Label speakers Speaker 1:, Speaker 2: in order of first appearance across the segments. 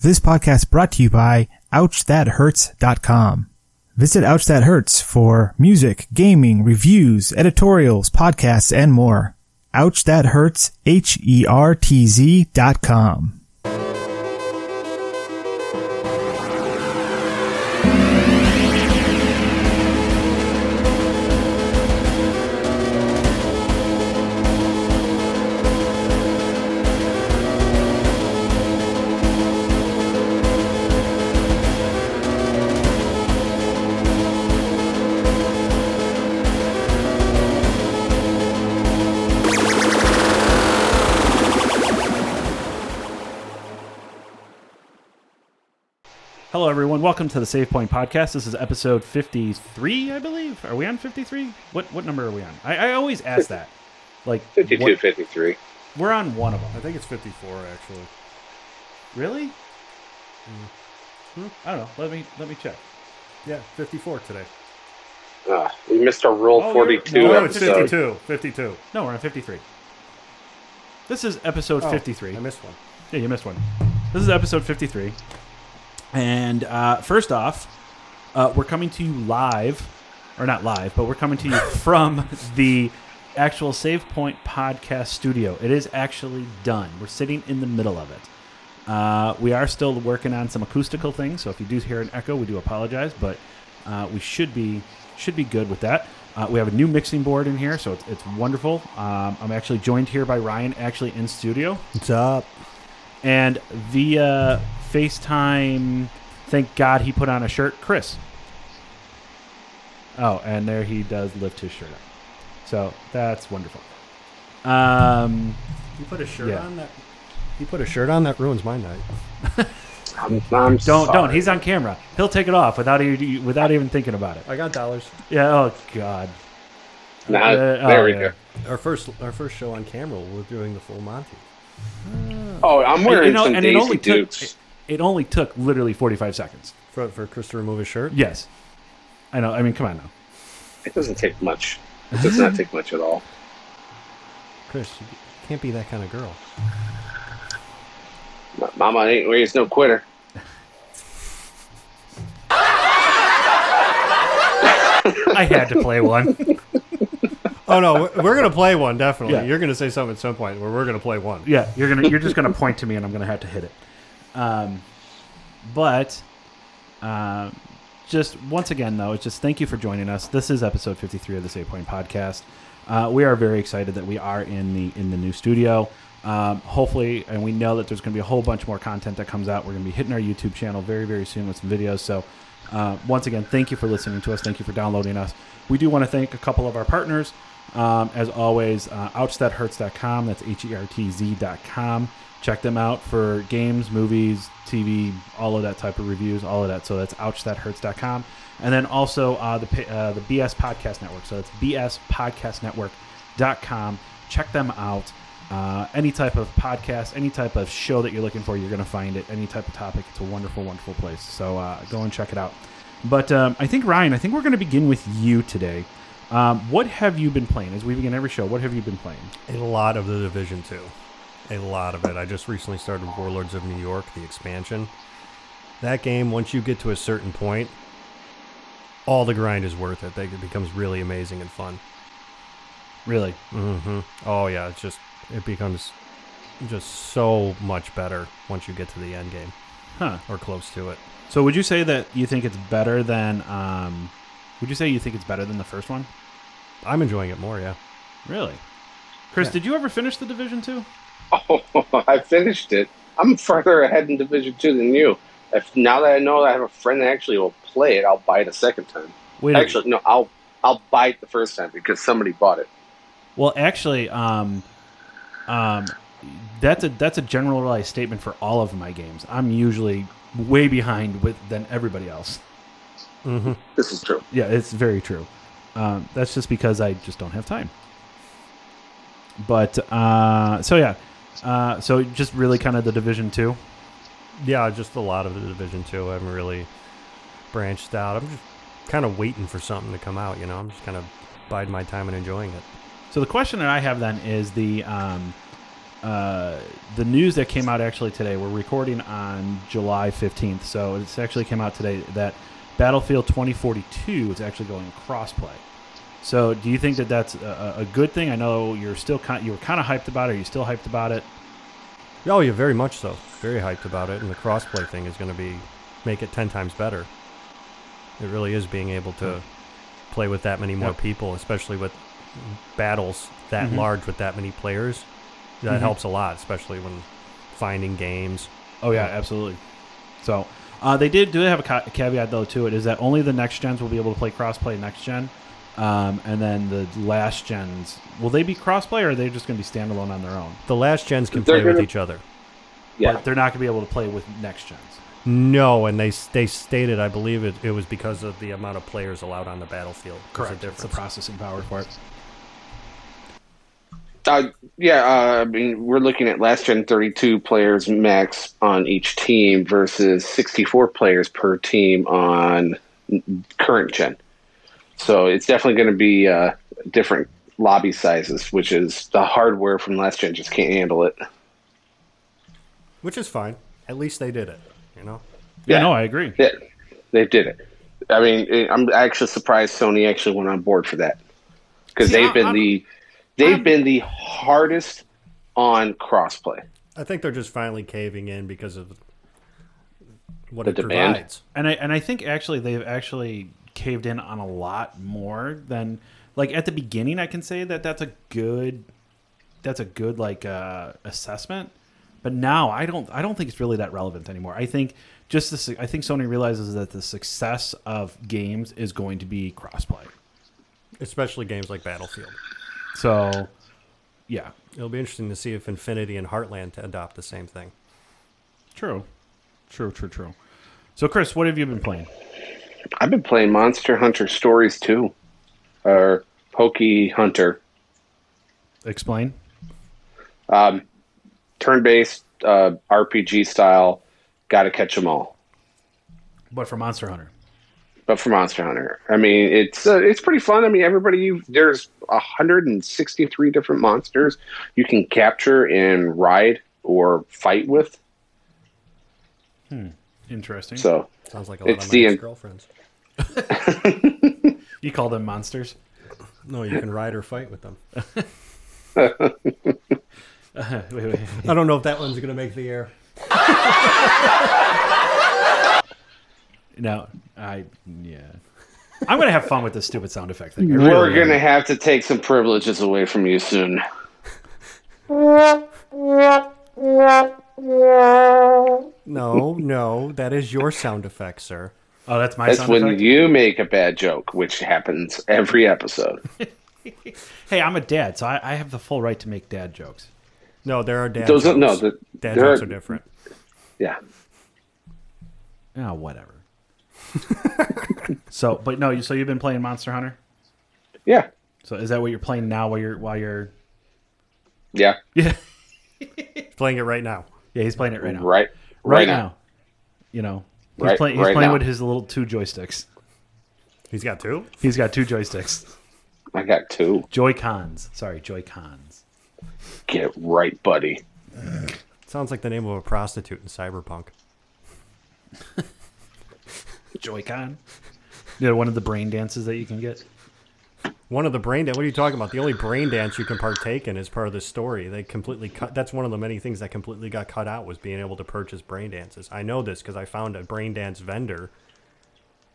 Speaker 1: This podcast brought to you by OuchThatHurts.com. Visit Ouch That Hurts for music, gaming, reviews, editorials, podcasts, and more. Ouch That Hurts, E H-E-R-T-Z dot com.
Speaker 2: Hello, everyone. Welcome to the Save Point Podcast. This is episode 53, I believe. Are we on 53? What what number are we on? I, I always ask that. Like
Speaker 3: 52,
Speaker 2: what-
Speaker 3: 53.
Speaker 2: we're on one of them.
Speaker 4: I think it's 54 actually.
Speaker 2: Really? Hmm, I don't know. Let me let me check.
Speaker 4: Yeah, 54 today.
Speaker 3: Ah, we missed our Rule
Speaker 2: Oh,
Speaker 3: 42
Speaker 2: you're-
Speaker 4: no, it's
Speaker 2: episodes.
Speaker 3: episode.
Speaker 4: 52. 52.
Speaker 2: No, we're on 53. This is episode
Speaker 4: Oh,
Speaker 2: 53.
Speaker 4: I missed one.
Speaker 2: Yeah, you missed one. This is episode 53. And uh, first off, uh, we're coming to you live, or not live, but we're coming to you from the actual Save Point podcast studio. It is actually done. We're sitting in the middle of it. Uh, we are still working on some acoustical things, so if you do hear an echo, we do apologize, but uh, we should be should be good with that. Uh, we have a new mixing board in here, so it's, it's wonderful. Um, I'm actually joined here by Ryan, actually in studio
Speaker 4: What's up?
Speaker 2: and via FaceTime. Thank God he put on a shirt, Chris. Oh, and there he does lift his shirt up. So that's wonderful. Um,
Speaker 4: You put a shirt
Speaker 2: Yeah.
Speaker 4: on that. You put a shirt on that ruins my night.
Speaker 3: I'm, I'm
Speaker 2: don't
Speaker 3: sorry.
Speaker 2: don't. He's on camera. He'll take it off without e- without even thinking about it.
Speaker 4: I got dollars.
Speaker 2: Yeah. Oh God.
Speaker 3: Nah,
Speaker 2: Uh,
Speaker 3: there
Speaker 2: oh,
Speaker 3: we
Speaker 2: yeah.
Speaker 4: Our first our first show on camera, we're doing the full Monty.
Speaker 3: go. Oh, I'm wearing
Speaker 2: You know,
Speaker 3: some
Speaker 2: and it
Speaker 3: Daisy
Speaker 2: only took
Speaker 3: Dukes.
Speaker 2: it, it only took literally forty five seconds.
Speaker 4: For, for Chris to remove his shirt.
Speaker 2: Yes. I know. I mean, come on now.
Speaker 3: It doesn't take much. It does not take much at all.
Speaker 4: Chris, you can't be that kind of girl.
Speaker 3: M- Mama ain't raised no quitter.
Speaker 2: I had to play one.
Speaker 4: Oh no, we're, we're gonna play one definitely.
Speaker 2: Yeah.
Speaker 4: You're gonna say something at some point where we're gonna play one.
Speaker 2: Yeah, you're gonna you're just gonna point to me and I'm gonna have to hit it. Um, but um, just once again though, it's just thank you for joining us. This is episode 53 of the Save Point Podcast. Uh, we are very excited that we are in the in the new studio. Um, hopefully, and we know that there's going to be a whole bunch more content that comes out. We're going to be hitting our YouTube channel very very soon with some videos. So uh, once again, thank you for listening to us. Thank you for downloading us. We do want to thank a couple of our partners. Um, as always, uh, ouchthathertz.com. That's H E R T Z.com. Check them out for games, movies, TV, all of that type of reviews, all of that. So that's ouchthathertz.com. And then also uh, the, pa- uh, the BS Podcast Network. So that's bspodcastnetwork.com. Check them out. Uh, any type of podcast, any type of show that you're looking for, you're going to find it. Any type of topic, it's a wonderful, wonderful place. So uh, go and check it out. But um, I think Ryan, I think we're going to begin with you today. Um, what have you been playing? As we begin every show, what have you been playing?
Speaker 4: A lot of the Division Two, a lot of it. I just recently started Warlords of New York, the expansion. That game, once you get to a certain point, all the grind is worth it. They- It becomes really amazing and fun.
Speaker 2: Really?
Speaker 4: hmm Oh yeah, it's just it becomes just so much better once you get to the end game
Speaker 2: Huh.
Speaker 4: or close to it.
Speaker 2: So would you say that you think it's better than? Um, would you say you think it's better than the first one?
Speaker 4: I'm enjoying it more. Yeah,
Speaker 2: Really? Chris,
Speaker 4: Yeah.
Speaker 2: did you ever finish the Division Two?
Speaker 3: Oh, I finished it. I'm further ahead in Division 2 than you. If Now that I know that I have a friend that actually will play it, I'll buy it a second time.
Speaker 2: Wait. a-
Speaker 3: Actually, no, I'll I'll buy it the first time because somebody bought it.
Speaker 2: well, actually, um, um, that's a that's a generalized statement for all of my games. I'm usually way behind with than everybody else.
Speaker 4: hmm
Speaker 3: This is true.
Speaker 2: Yeah, it's very true. Um, that's just because I just don't have time. But uh, so yeah, uh, so just really kind of the division two.
Speaker 4: yeah, just a lot of the Division Two. I haven't really branched out. I'm just kind of waiting for something to come out. You know, I'm just kind of biding my time and enjoying it.
Speaker 2: So the question that I have then is the um, uh, the news that came out actually today. We're recording on July 15th, so it's actually came out today that Battlefield 2042 is actually going crossplay. So, do you think that that's a, a a good thing? I know you're still kind, you were kind of hyped about it. Are you still hyped about it?
Speaker 4: Oh, yeah, very much so. Very hyped about it, and the crossplay thing is going to be make it ten times better. It really is being able to play with that many more
Speaker 2: Yep.
Speaker 4: people, especially with battles that
Speaker 2: Mhm.
Speaker 4: large with that many players. That
Speaker 2: Mhm.
Speaker 4: helps a lot, especially when finding games.
Speaker 2: Oh yeah, absolutely. So uh, they did do have a ca- caveat though to it is that only the next gens will be able to play crossplay next gen, um, and then the last gens will they be crossplay or are they just going to be standalone on their own?
Speaker 4: The last gens can
Speaker 3: They're
Speaker 4: play with
Speaker 3: gonna-
Speaker 4: each other.
Speaker 3: Yeah.
Speaker 2: But they're not going to be able to play with next gens.
Speaker 4: No, and they they stated, I believe it, it was because of the amount of players allowed on the battlefield. There's A
Speaker 2: It's the
Speaker 4: difference.
Speaker 2: processing power for it.
Speaker 3: Uh, yeah, uh, I mean, we're looking at last gen 32 players max on each team versus 64 players per team on current gen. So it's definitely going to be uh, different lobby sizes, which is the hardware from last gen just can't handle it.
Speaker 4: Which is fine. At least they did it. You know.
Speaker 2: Yeah,
Speaker 3: Yeah.
Speaker 2: no, I agree.
Speaker 3: Yeah, they did it. I mean, I'm actually surprised Sony actually went on board for that because
Speaker 2: See,
Speaker 3: they've
Speaker 2: I-
Speaker 3: been
Speaker 2: I'm-
Speaker 3: the they've been the hardest on crossplay.
Speaker 4: I think they're just finally caving in because of what
Speaker 3: The
Speaker 4: it
Speaker 3: demand?
Speaker 4: provides.
Speaker 2: And I and I think actually they've actually caved in on a lot more than like at the beginning. I can say that that's a good that's a good like uh, assessment. But now I don't I don't think it's really that relevant anymore. I think just the su- I think Sony realizes that the success of games is going to be crossplay.
Speaker 4: especially games like Battlefield.
Speaker 2: So yeah,
Speaker 4: It'll be interesting to see if Infinity and Heartland adopt the same thing.
Speaker 2: true, true, true, true. So Chris, what have you been playing?
Speaker 3: I've been playing Monster Hunter Stories too, or Pokey Hunter.
Speaker 2: Explain.
Speaker 3: Um, turn-based uh, RPG style. Got to catch them all.
Speaker 2: But for Monster Hunter,
Speaker 3: But for Monster Hunter, I mean, it's uh, it's pretty fun. I mean, everybody, you, there's 163 different monsters you can capture and ride or fight with.
Speaker 2: interesting.
Speaker 3: So
Speaker 4: Sounds like a
Speaker 3: It's
Speaker 4: lot of my
Speaker 3: the-
Speaker 4: ex-girlfriends.
Speaker 2: you call them monsters?
Speaker 4: No, you can ride or fight with them.
Speaker 2: wait, wait.
Speaker 4: I don't know if that one's going to make the air.
Speaker 2: No, I yeah. I'm gonna have fun with this stupid sound effect thing. I really
Speaker 3: we're
Speaker 2: am.
Speaker 3: gonna have to take some privileges away from you soon.
Speaker 4: No, no, that is your sound effect, sir.
Speaker 2: Oh, that's my
Speaker 3: That's
Speaker 2: sound
Speaker 3: when
Speaker 2: effect.
Speaker 3: you make a bad joke, which happens every episode.
Speaker 2: hey, I'm a dad, so I, I have the full right to make dad jokes.
Speaker 4: No, there are dad
Speaker 3: Those are,
Speaker 4: jokes.
Speaker 3: no, the,
Speaker 4: dad
Speaker 3: there
Speaker 4: jokes
Speaker 3: are-
Speaker 4: are different.
Speaker 3: Yeah,
Speaker 2: Oh, whatever. so, but no, you so you've been playing Monster Hunter.
Speaker 3: yeah,
Speaker 2: So is that what you're playing now? While you're while you're
Speaker 3: yeah.
Speaker 2: yeah
Speaker 4: Playing it right now.
Speaker 2: yeah he's playing it right now
Speaker 3: Right,
Speaker 2: right, now. you know he's
Speaker 3: Right-
Speaker 2: playing he's
Speaker 3: right
Speaker 2: playing
Speaker 3: now.
Speaker 2: with his little two joysticks.
Speaker 4: He's got two.
Speaker 2: He's got two joysticks,
Speaker 3: I got two.
Speaker 2: Joy Cons. Sorry, Joy Cons.
Speaker 3: Get it right, buddy.
Speaker 4: Sounds like the name of a prostitute in Cyberpunk.
Speaker 2: Joy Con. You know, one of the brain dances that you can get.
Speaker 4: One of the brain dance. What are you talking about? The only brain dance you can partake in is part of the story. They completely cut. That's one of the many things that completely got cut out was being able to purchase brain dances. I know this because I found a brain dance vendor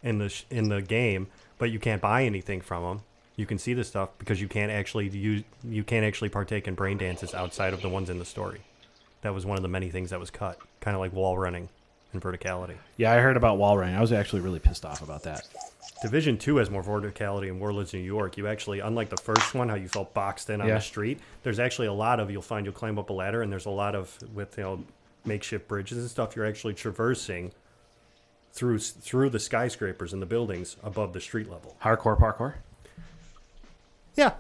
Speaker 4: in the sh- in the game, but you can't buy anything from them. You can see the stuff because you can't actually use. You can't actually partake in brain dances outside of the ones in the story. That was one of the many things that was cut. Kind of like wall running and verticality.
Speaker 2: Yeah, I heard about wall running. I was actually really pissed off about that.
Speaker 4: Division two has more verticality in Warlords of New York. You actually, unlike the first one, how you felt boxed in on
Speaker 2: Yeah.
Speaker 4: the street, there's actually a lot of you'll find you'll climb up a ladder, and there's a lot of with you know makeshift bridges and stuff. You're actually traversing through through the skyscrapers and the buildings above the street level.
Speaker 2: Hardcore parkour.
Speaker 4: Yeah,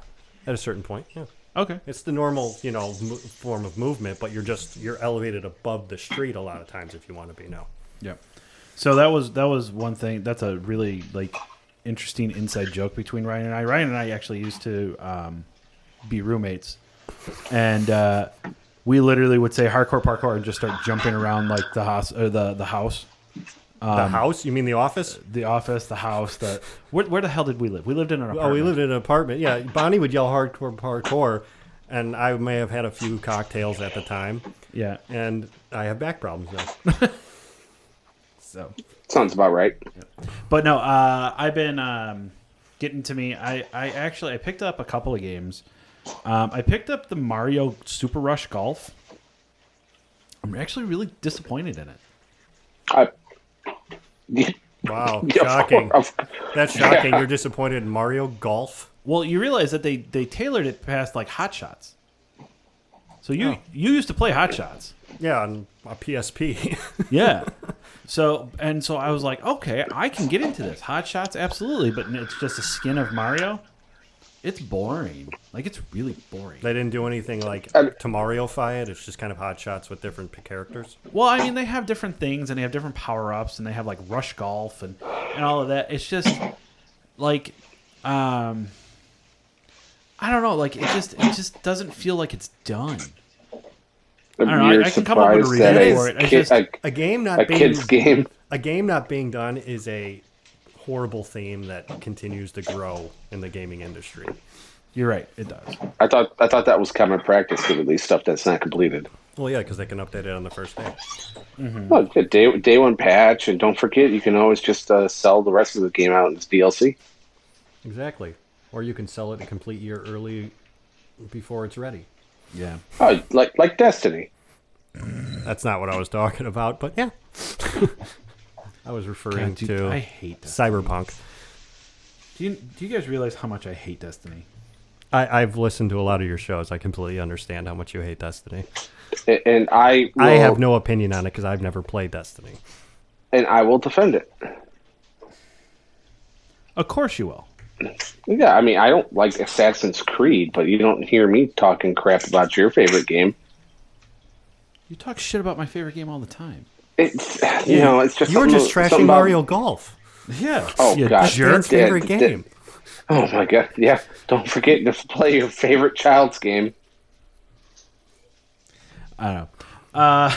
Speaker 4: at a certain point, yeah,
Speaker 2: Okay.
Speaker 4: it's the normal you know mo- form of movement, but you're just you're elevated above the street a lot of times if you want to be. No,
Speaker 2: Yep. So that was that was one thing. That's a really like interesting inside joke between Ryan and I. Ryan and I actually used to um, be roommates, and uh, we literally would say hardcore parkour and just start jumping around like the house or the the house,
Speaker 4: the house? You mean the office?
Speaker 2: the office, the house. The where, where the hell did we live? We lived in an apartment.
Speaker 4: Oh, we lived in an apartment. Yeah, Bonnie would yell hardcore parkour, and I may have had a few cocktails at the time,
Speaker 2: Yeah.
Speaker 4: and I have back problems now.
Speaker 2: So,
Speaker 3: Sounds about right.
Speaker 2: but no, uh, I've been um, getting to me. I I actually I picked up a couple of games. Um, I picked up the Mario Super Rush Golf. I'm actually really disappointed in it.
Speaker 3: I,
Speaker 4: Wow, shocking. That's shocking. You're disappointed in Mario Golf.
Speaker 2: Well, you realize that they they tailored it past like Hot Shots. So you you used to play Hot Shots.
Speaker 4: Yeah, on a PSP.
Speaker 2: Yeah. so and so I was like, okay, I can get into this. Hot Shots, absolutely, but it's just a skin of Mario. It's boring. Like it's really boring.
Speaker 4: they didn't do anything like
Speaker 3: Um,
Speaker 4: to Mario-fy it. It's just kind of hot shots with different p- characters.
Speaker 2: Well, I mean, they have different things and they have different power ups and they have like rush golf and, and all of that. It's just like, um, I don't know. Like it just it just doesn't feel like it's done. don't
Speaker 3: I'm
Speaker 2: know, I-
Speaker 3: weird
Speaker 2: I can come up with a
Speaker 3: surprise that
Speaker 2: reason
Speaker 3: a
Speaker 2: for it. I
Speaker 3: kid-
Speaker 2: just-
Speaker 3: a,
Speaker 4: A game not
Speaker 3: a
Speaker 4: being
Speaker 3: kid's game.
Speaker 4: a game not being done is a horrible theme that continues to grow in the gaming industry.
Speaker 2: You're right. It does.
Speaker 3: I thought I thought that was common practice to release stuff that's not completed.
Speaker 4: Well, yeah, because they can update it on the first day.
Speaker 2: Hmm.
Speaker 3: Oh, good. Day day one patch, and don't forget you can always just uh, sell the rest of the game out as DLC.
Speaker 4: Exactly. Or you can sell it a complete year early before it's ready.
Speaker 2: Yeah.
Speaker 3: Oh, like like Destiny.
Speaker 4: That's not what I was talking about, but yeah. I was referring
Speaker 2: God, dude,
Speaker 4: to
Speaker 2: I hate that.
Speaker 4: Cyberpunk.
Speaker 2: Do you do you guys realize how much I hate Destiny?
Speaker 4: I, I've listened to a lot of your shows. I completely understand how much you hate Destiny.
Speaker 3: A- And I will,
Speaker 4: I have no opinion on it because I've never played Destiny.
Speaker 3: and I will defend it.
Speaker 2: Of course you will.
Speaker 3: Yeah, I mean I don't like Assassin's Creed, but you don't hear me talking crap about your favorite game.
Speaker 2: You talk shit about my favorite game all the time.
Speaker 3: It's you know it's just
Speaker 4: you were
Speaker 3: something-
Speaker 4: just trashing
Speaker 3: something about-
Speaker 4: Mario Golf.
Speaker 2: Yeah.
Speaker 3: Oh,
Speaker 2: you
Speaker 3: God.
Speaker 2: jerk.
Speaker 4: Dan's favorite
Speaker 3: Yeah,
Speaker 4: game.
Speaker 3: Oh my god! Yeah, don't forget to play your favorite child's game.
Speaker 2: I don't know. Uh,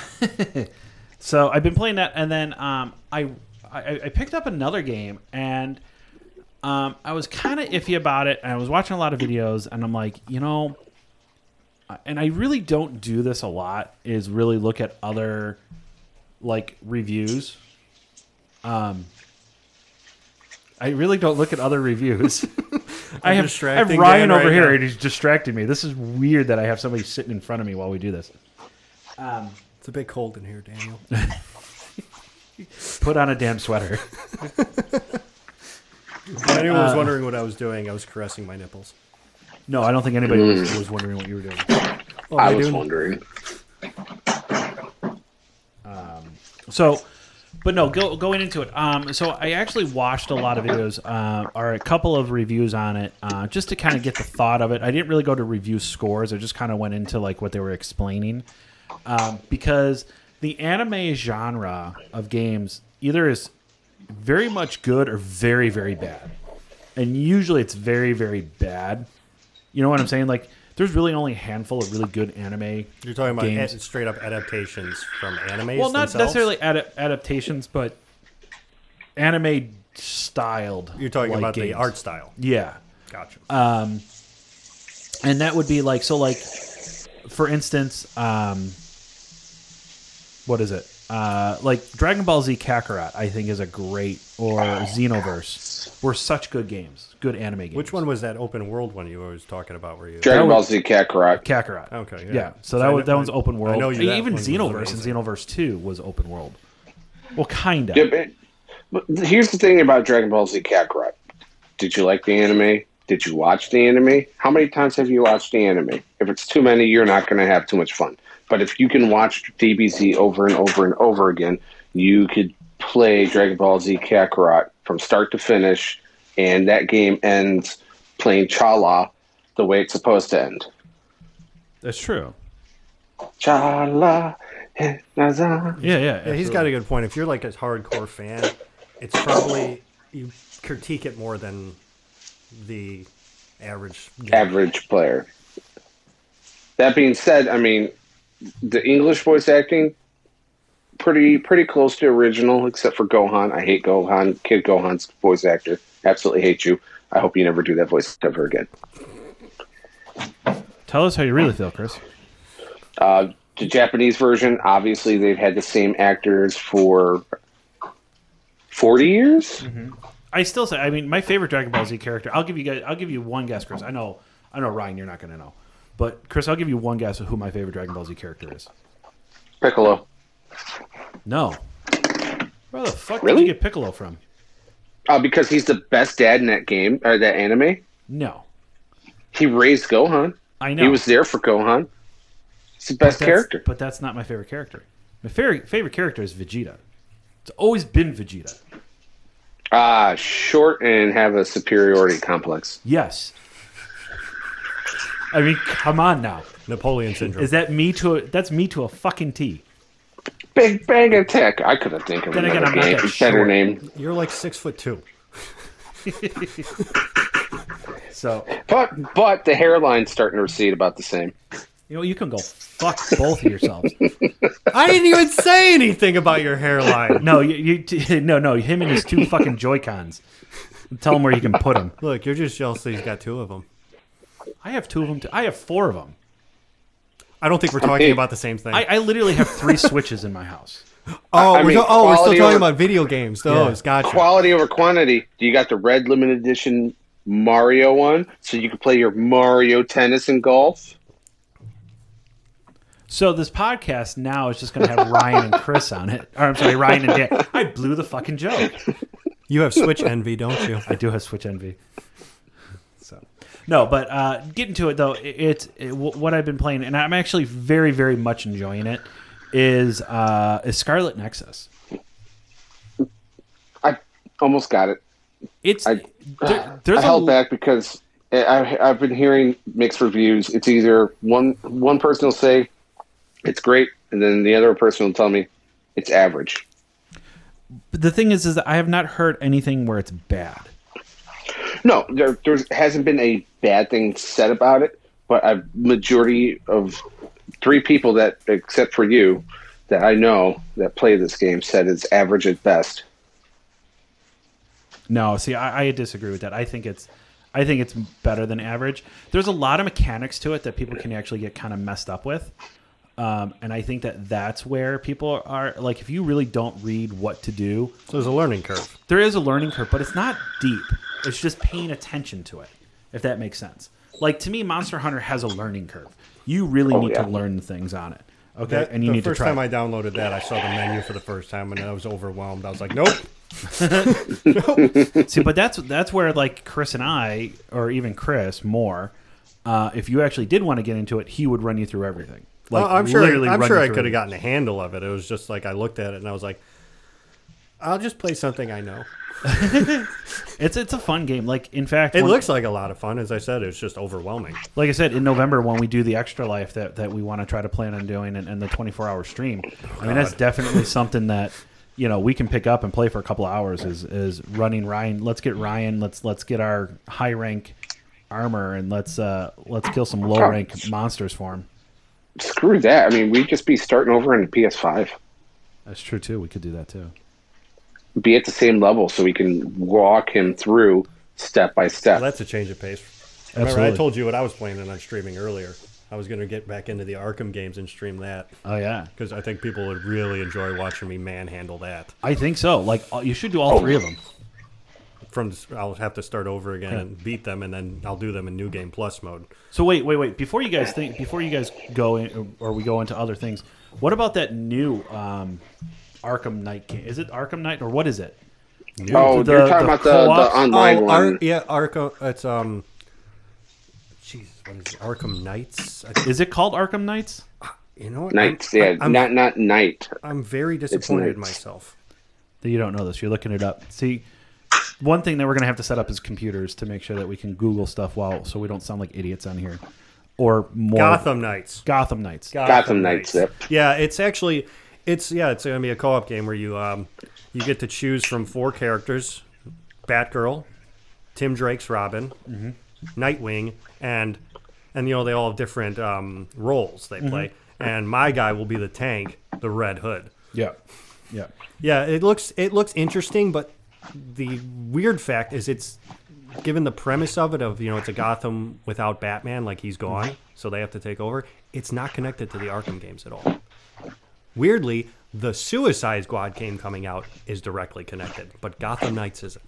Speaker 2: so I've been playing that, and then um, I, I I picked up another game, and um, I was kind of iffy about it. And I was watching a lot of videos, and I'm like, you know, and I really don't do this a lot. Is really look at other like reviews. Um, I really don't look at other reviews. I have, I have
Speaker 4: distracting
Speaker 2: Ryan
Speaker 4: Dan
Speaker 2: over
Speaker 4: right
Speaker 2: here,
Speaker 4: now.
Speaker 2: and he's distracting me. This is weird that I have somebody sitting in front of me while we do this.
Speaker 4: It's a bit cold in here, Daniel.
Speaker 2: put on a damn sweater.
Speaker 4: If anyone was wondering what I was doing, I was caressing my nipples.
Speaker 2: No, I don't think anybody was, was wondering what you were doing.
Speaker 4: Oh,
Speaker 3: I
Speaker 4: my
Speaker 3: was
Speaker 4: dude.
Speaker 3: wondering.
Speaker 2: So, but no, go, going into it. Um, so I actually watched a lot of videos uh, or a couple of reviews on it, uh, just to kind of get the thought of it. I didn't really go to review scores. I just kind of went into like what they were explaining, um, because the anime genre of games either is very much good or very very bad, and usually it's very very bad. You know what I'm saying? Like, there's really only a handful of really good anime
Speaker 4: You're talking about
Speaker 2: Games.
Speaker 4: ad- straight up adaptations from animes.
Speaker 2: well not
Speaker 4: themselves?
Speaker 2: necessarily ad- adaptations but anime styled
Speaker 4: You're talking
Speaker 2: like,
Speaker 4: about the
Speaker 2: games.
Speaker 4: art style.
Speaker 2: yeah
Speaker 4: Gotcha.
Speaker 2: and that would be like so like for instance um what is it uh like dragon ball z kakarot i think is a great or xenoverse were such good games good anime games
Speaker 4: Which one was that open world one you were always talking about? Where you?
Speaker 3: Dragon
Speaker 2: That
Speaker 3: Ball
Speaker 2: was-
Speaker 3: Z Kakarot.
Speaker 2: kakarot
Speaker 4: Okay, yeah.
Speaker 2: yeah, so,
Speaker 4: So
Speaker 2: that
Speaker 4: I
Speaker 2: was
Speaker 4: know-
Speaker 2: that one's open world
Speaker 4: I know you- that
Speaker 2: even
Speaker 4: one was
Speaker 2: xenoverse and
Speaker 4: amazing.
Speaker 2: xenoverse 2 was open world well kinda
Speaker 3: Yeah, but- but here's the thing about Dragon Ball Z Kakarot. Did you like the anime? Did you watch the anime? How many times have you watched the anime? If it's too many, you're not going to have too much fun. But if you can watch DBZ over and over and over again, you could play Dragon Ball Z Kakarot from start to finish, and that game ends playing Chala the way it's supposed to end.
Speaker 2: that's true
Speaker 3: Chala. eh, Naza.
Speaker 2: yeah yeah,
Speaker 4: Yeah, he's got a good point. If you're like a hardcore fan, it's probably you critique it more than the average. gamer.
Speaker 3: average player. That being said, I mean, the English voice acting pretty pretty close to original, except for Gohan. I hate Gohan. Kid Gohan's voice actor. Absolutely hate you. I hope you never do that voice ever again.
Speaker 2: Tell us how you really feel, Chris.
Speaker 3: Uh, the Japanese version, obviously, they've had the same actors for forty years.
Speaker 2: Mm-hmm. I still say, I mean, my favorite Dragon Ball Z character. I'll give you guys. I'll give you one guess, Chris. I know, I know, Ryan, you're not going to know, but Chris, I'll give you one guess of who my favorite Dragon Ball Z character is.
Speaker 3: Piccolo.
Speaker 2: No. Where the fuck
Speaker 3: Really?
Speaker 2: did you get Piccolo from?
Speaker 3: Uh, because he's the best dad in that game or that anime.
Speaker 2: No,
Speaker 3: He raised Gohan.
Speaker 2: I know
Speaker 3: He was there for Gohan. He's the
Speaker 2: That's-
Speaker 3: best character.
Speaker 2: but that's not my favorite character. My favorite favorite character is Vegeta. It's always been Vegeta.
Speaker 3: Ah, short and have a superiority complex.
Speaker 2: Yes. I mean, come on now.
Speaker 4: Napoleon syndrome.
Speaker 2: Is that me to a, that's me to a fucking T?
Speaker 3: Big Bang Attack. I couldn't think of
Speaker 2: Then again,
Speaker 3: another
Speaker 2: I'm not
Speaker 3: name-
Speaker 2: that
Speaker 3: better
Speaker 2: short.
Speaker 3: name.
Speaker 4: You're like six foot two.
Speaker 2: So
Speaker 3: But but the hairline's starting to recede about the same.
Speaker 2: you know you can go fuck both of yourselves.
Speaker 4: I didn't even say anything about your hairline.
Speaker 2: No, you, you t- no no him and his two fucking Joy Cons. Tell him where you can put him.
Speaker 4: Look, you're just jealous that he's got two of them.
Speaker 2: I have two of them. Too. I have four of them.
Speaker 4: I don't think we're talking about the same thing.
Speaker 2: I, I literally have three switches in my house.
Speaker 4: oh,
Speaker 3: I
Speaker 4: we're,
Speaker 3: mean,
Speaker 4: so- oh we're still
Speaker 3: quality
Speaker 4: talking
Speaker 3: over-
Speaker 4: about video games. Those, gotcha.
Speaker 3: Quality over quantity. You got the red limited edition Mario one, so you can play your Mario tennis and golf.
Speaker 2: So this podcast now is just going to have Ryan and Chris on it. Or I'm sorry, Ryan and Dan. I blew the fucking joke.
Speaker 4: you have Switch envy, don't you?
Speaker 2: I do have Switch envy. So no, but uh, getting to it though, it, it's it, wh- what I've been playing, and I'm actually very, very much enjoying it. Is uh, is Scarlet Nexus?
Speaker 3: I almost got it.
Speaker 2: It's
Speaker 3: I-
Speaker 2: there, there's
Speaker 3: I held
Speaker 2: a,
Speaker 3: back because I, I- I've been hearing mixed reviews. It's either one one person will say it's great, and then the other person will tell me it's average.
Speaker 2: But the thing is, is that I have not heard anything where it's bad.
Speaker 3: No, there there hasn't been a bad thing said about it, but a majority of three people that, except for you, that I know that play this game said it's average at best.
Speaker 2: No, see, I, I disagree with that. I think it's, I think it's better than average. There's a lot of mechanics to it that people can actually get kind of messed up with, um, and I think that that's where people are like, if you really don't read what to do,
Speaker 4: So there's a learning curve.
Speaker 2: there is a learning curve, but it's not deep. It's just paying attention to it, if that makes sense. Like to me, Monster Hunter has a learning curve. You really need
Speaker 3: Oh, yeah.
Speaker 2: to learn the things on it. Okay,
Speaker 4: That,
Speaker 2: and you
Speaker 4: the
Speaker 2: need
Speaker 4: first
Speaker 2: to try.
Speaker 4: time I downloaded that, I saw the menu for the first time, and I was overwhelmed. I was like, "Nope."
Speaker 2: See, but that's that's where like Chris and I, or even Chris more, uh, if you actually did want to get into it, he would run you through everything. Like
Speaker 4: Well, Oh, I'm sure.
Speaker 2: literally
Speaker 4: I'm
Speaker 2: run
Speaker 4: sure
Speaker 2: you
Speaker 4: I
Speaker 2: through
Speaker 4: could have
Speaker 2: it.
Speaker 4: gotten a handle of it. It was just like I looked at it and I was like, "I'll just play something I know."
Speaker 2: It's it's a fun game. Like in fact,
Speaker 4: It
Speaker 2: when-
Speaker 4: looks like a lot of fun. As I said, it's just overwhelming.
Speaker 2: like I said in November when we do the extra life that that we want to try to plan on doing and, and the 24 hour stream. I
Speaker 4: Oh,
Speaker 2: mean, that's definitely something that you know we can pick up and play for a couple of hours. Is is running Ryan? Let's get Ryan. Let's let's get our high rank armor and let's uh let's kill some low rank monsters for him.
Speaker 3: Screw that. I mean, we'd just be starting over in PS5.
Speaker 2: That's true too. We could do that too.
Speaker 3: Be at the same level so we can walk him through step by step.
Speaker 4: Well, that's a change of pace. Remember, I
Speaker 2: Absolutely.
Speaker 4: told you what I was planning on streaming earlier. I was going to get back into the Arkham games and stream that
Speaker 2: Oh yeah,
Speaker 4: because I think people would really enjoy watching me manhandle that.
Speaker 2: I think so. Like all- you should do all three of them.
Speaker 4: From I'll have to start over again and beat them, and then I'll do them in New Game Plus mode.
Speaker 2: So wait, wait, wait. Before you guys think, before you guys go in, or we go into other things, what about that new um, Arkham Knight game? Is it Arkham Knight or what is it?
Speaker 3: oh,
Speaker 2: the-
Speaker 3: you're talking
Speaker 2: the
Speaker 3: about the,
Speaker 2: co-op?
Speaker 3: the online
Speaker 4: oh,
Speaker 3: one.
Speaker 4: Ar- yeah, Arkham. It's um, Jesus, what is it? Arkham Knights. I,
Speaker 2: Is it called Arkham Knights?
Speaker 4: you know what?
Speaker 3: Nights,
Speaker 4: I'm,
Speaker 3: yeah,
Speaker 4: I'm,
Speaker 3: not not night.
Speaker 4: I'm very disappointed
Speaker 3: Knights.
Speaker 4: in myself.
Speaker 2: You don't know this. You're looking it up. See, one thing that we're gonna have to set up is computers to make sure that we can Google stuff while so we don't sound like idiots on here, or more
Speaker 4: Gotham Knights.
Speaker 2: Gotham Knights.
Speaker 3: Gotham Knights, yep.
Speaker 4: Yeah, it's actually, it's yeah, it's gonna be a co-op game where you um, you get to choose from four characters: Batgirl, Tim Drake's Robin, Nightwing, and and you know they all have different um, roles they play. and my guy will be the tank, the Red Hood.
Speaker 2: Yeah. Yeah.
Speaker 4: Yeah, it looks it looks interesting, but the weird fact is it's given the premise of it of you know it's a Gotham without Batman, like he's gone, so they have to take over. It's not connected to the Arkham games at all. Weirdly, the Suicide Squad game coming out is directly connected, but Gotham Knights isn't.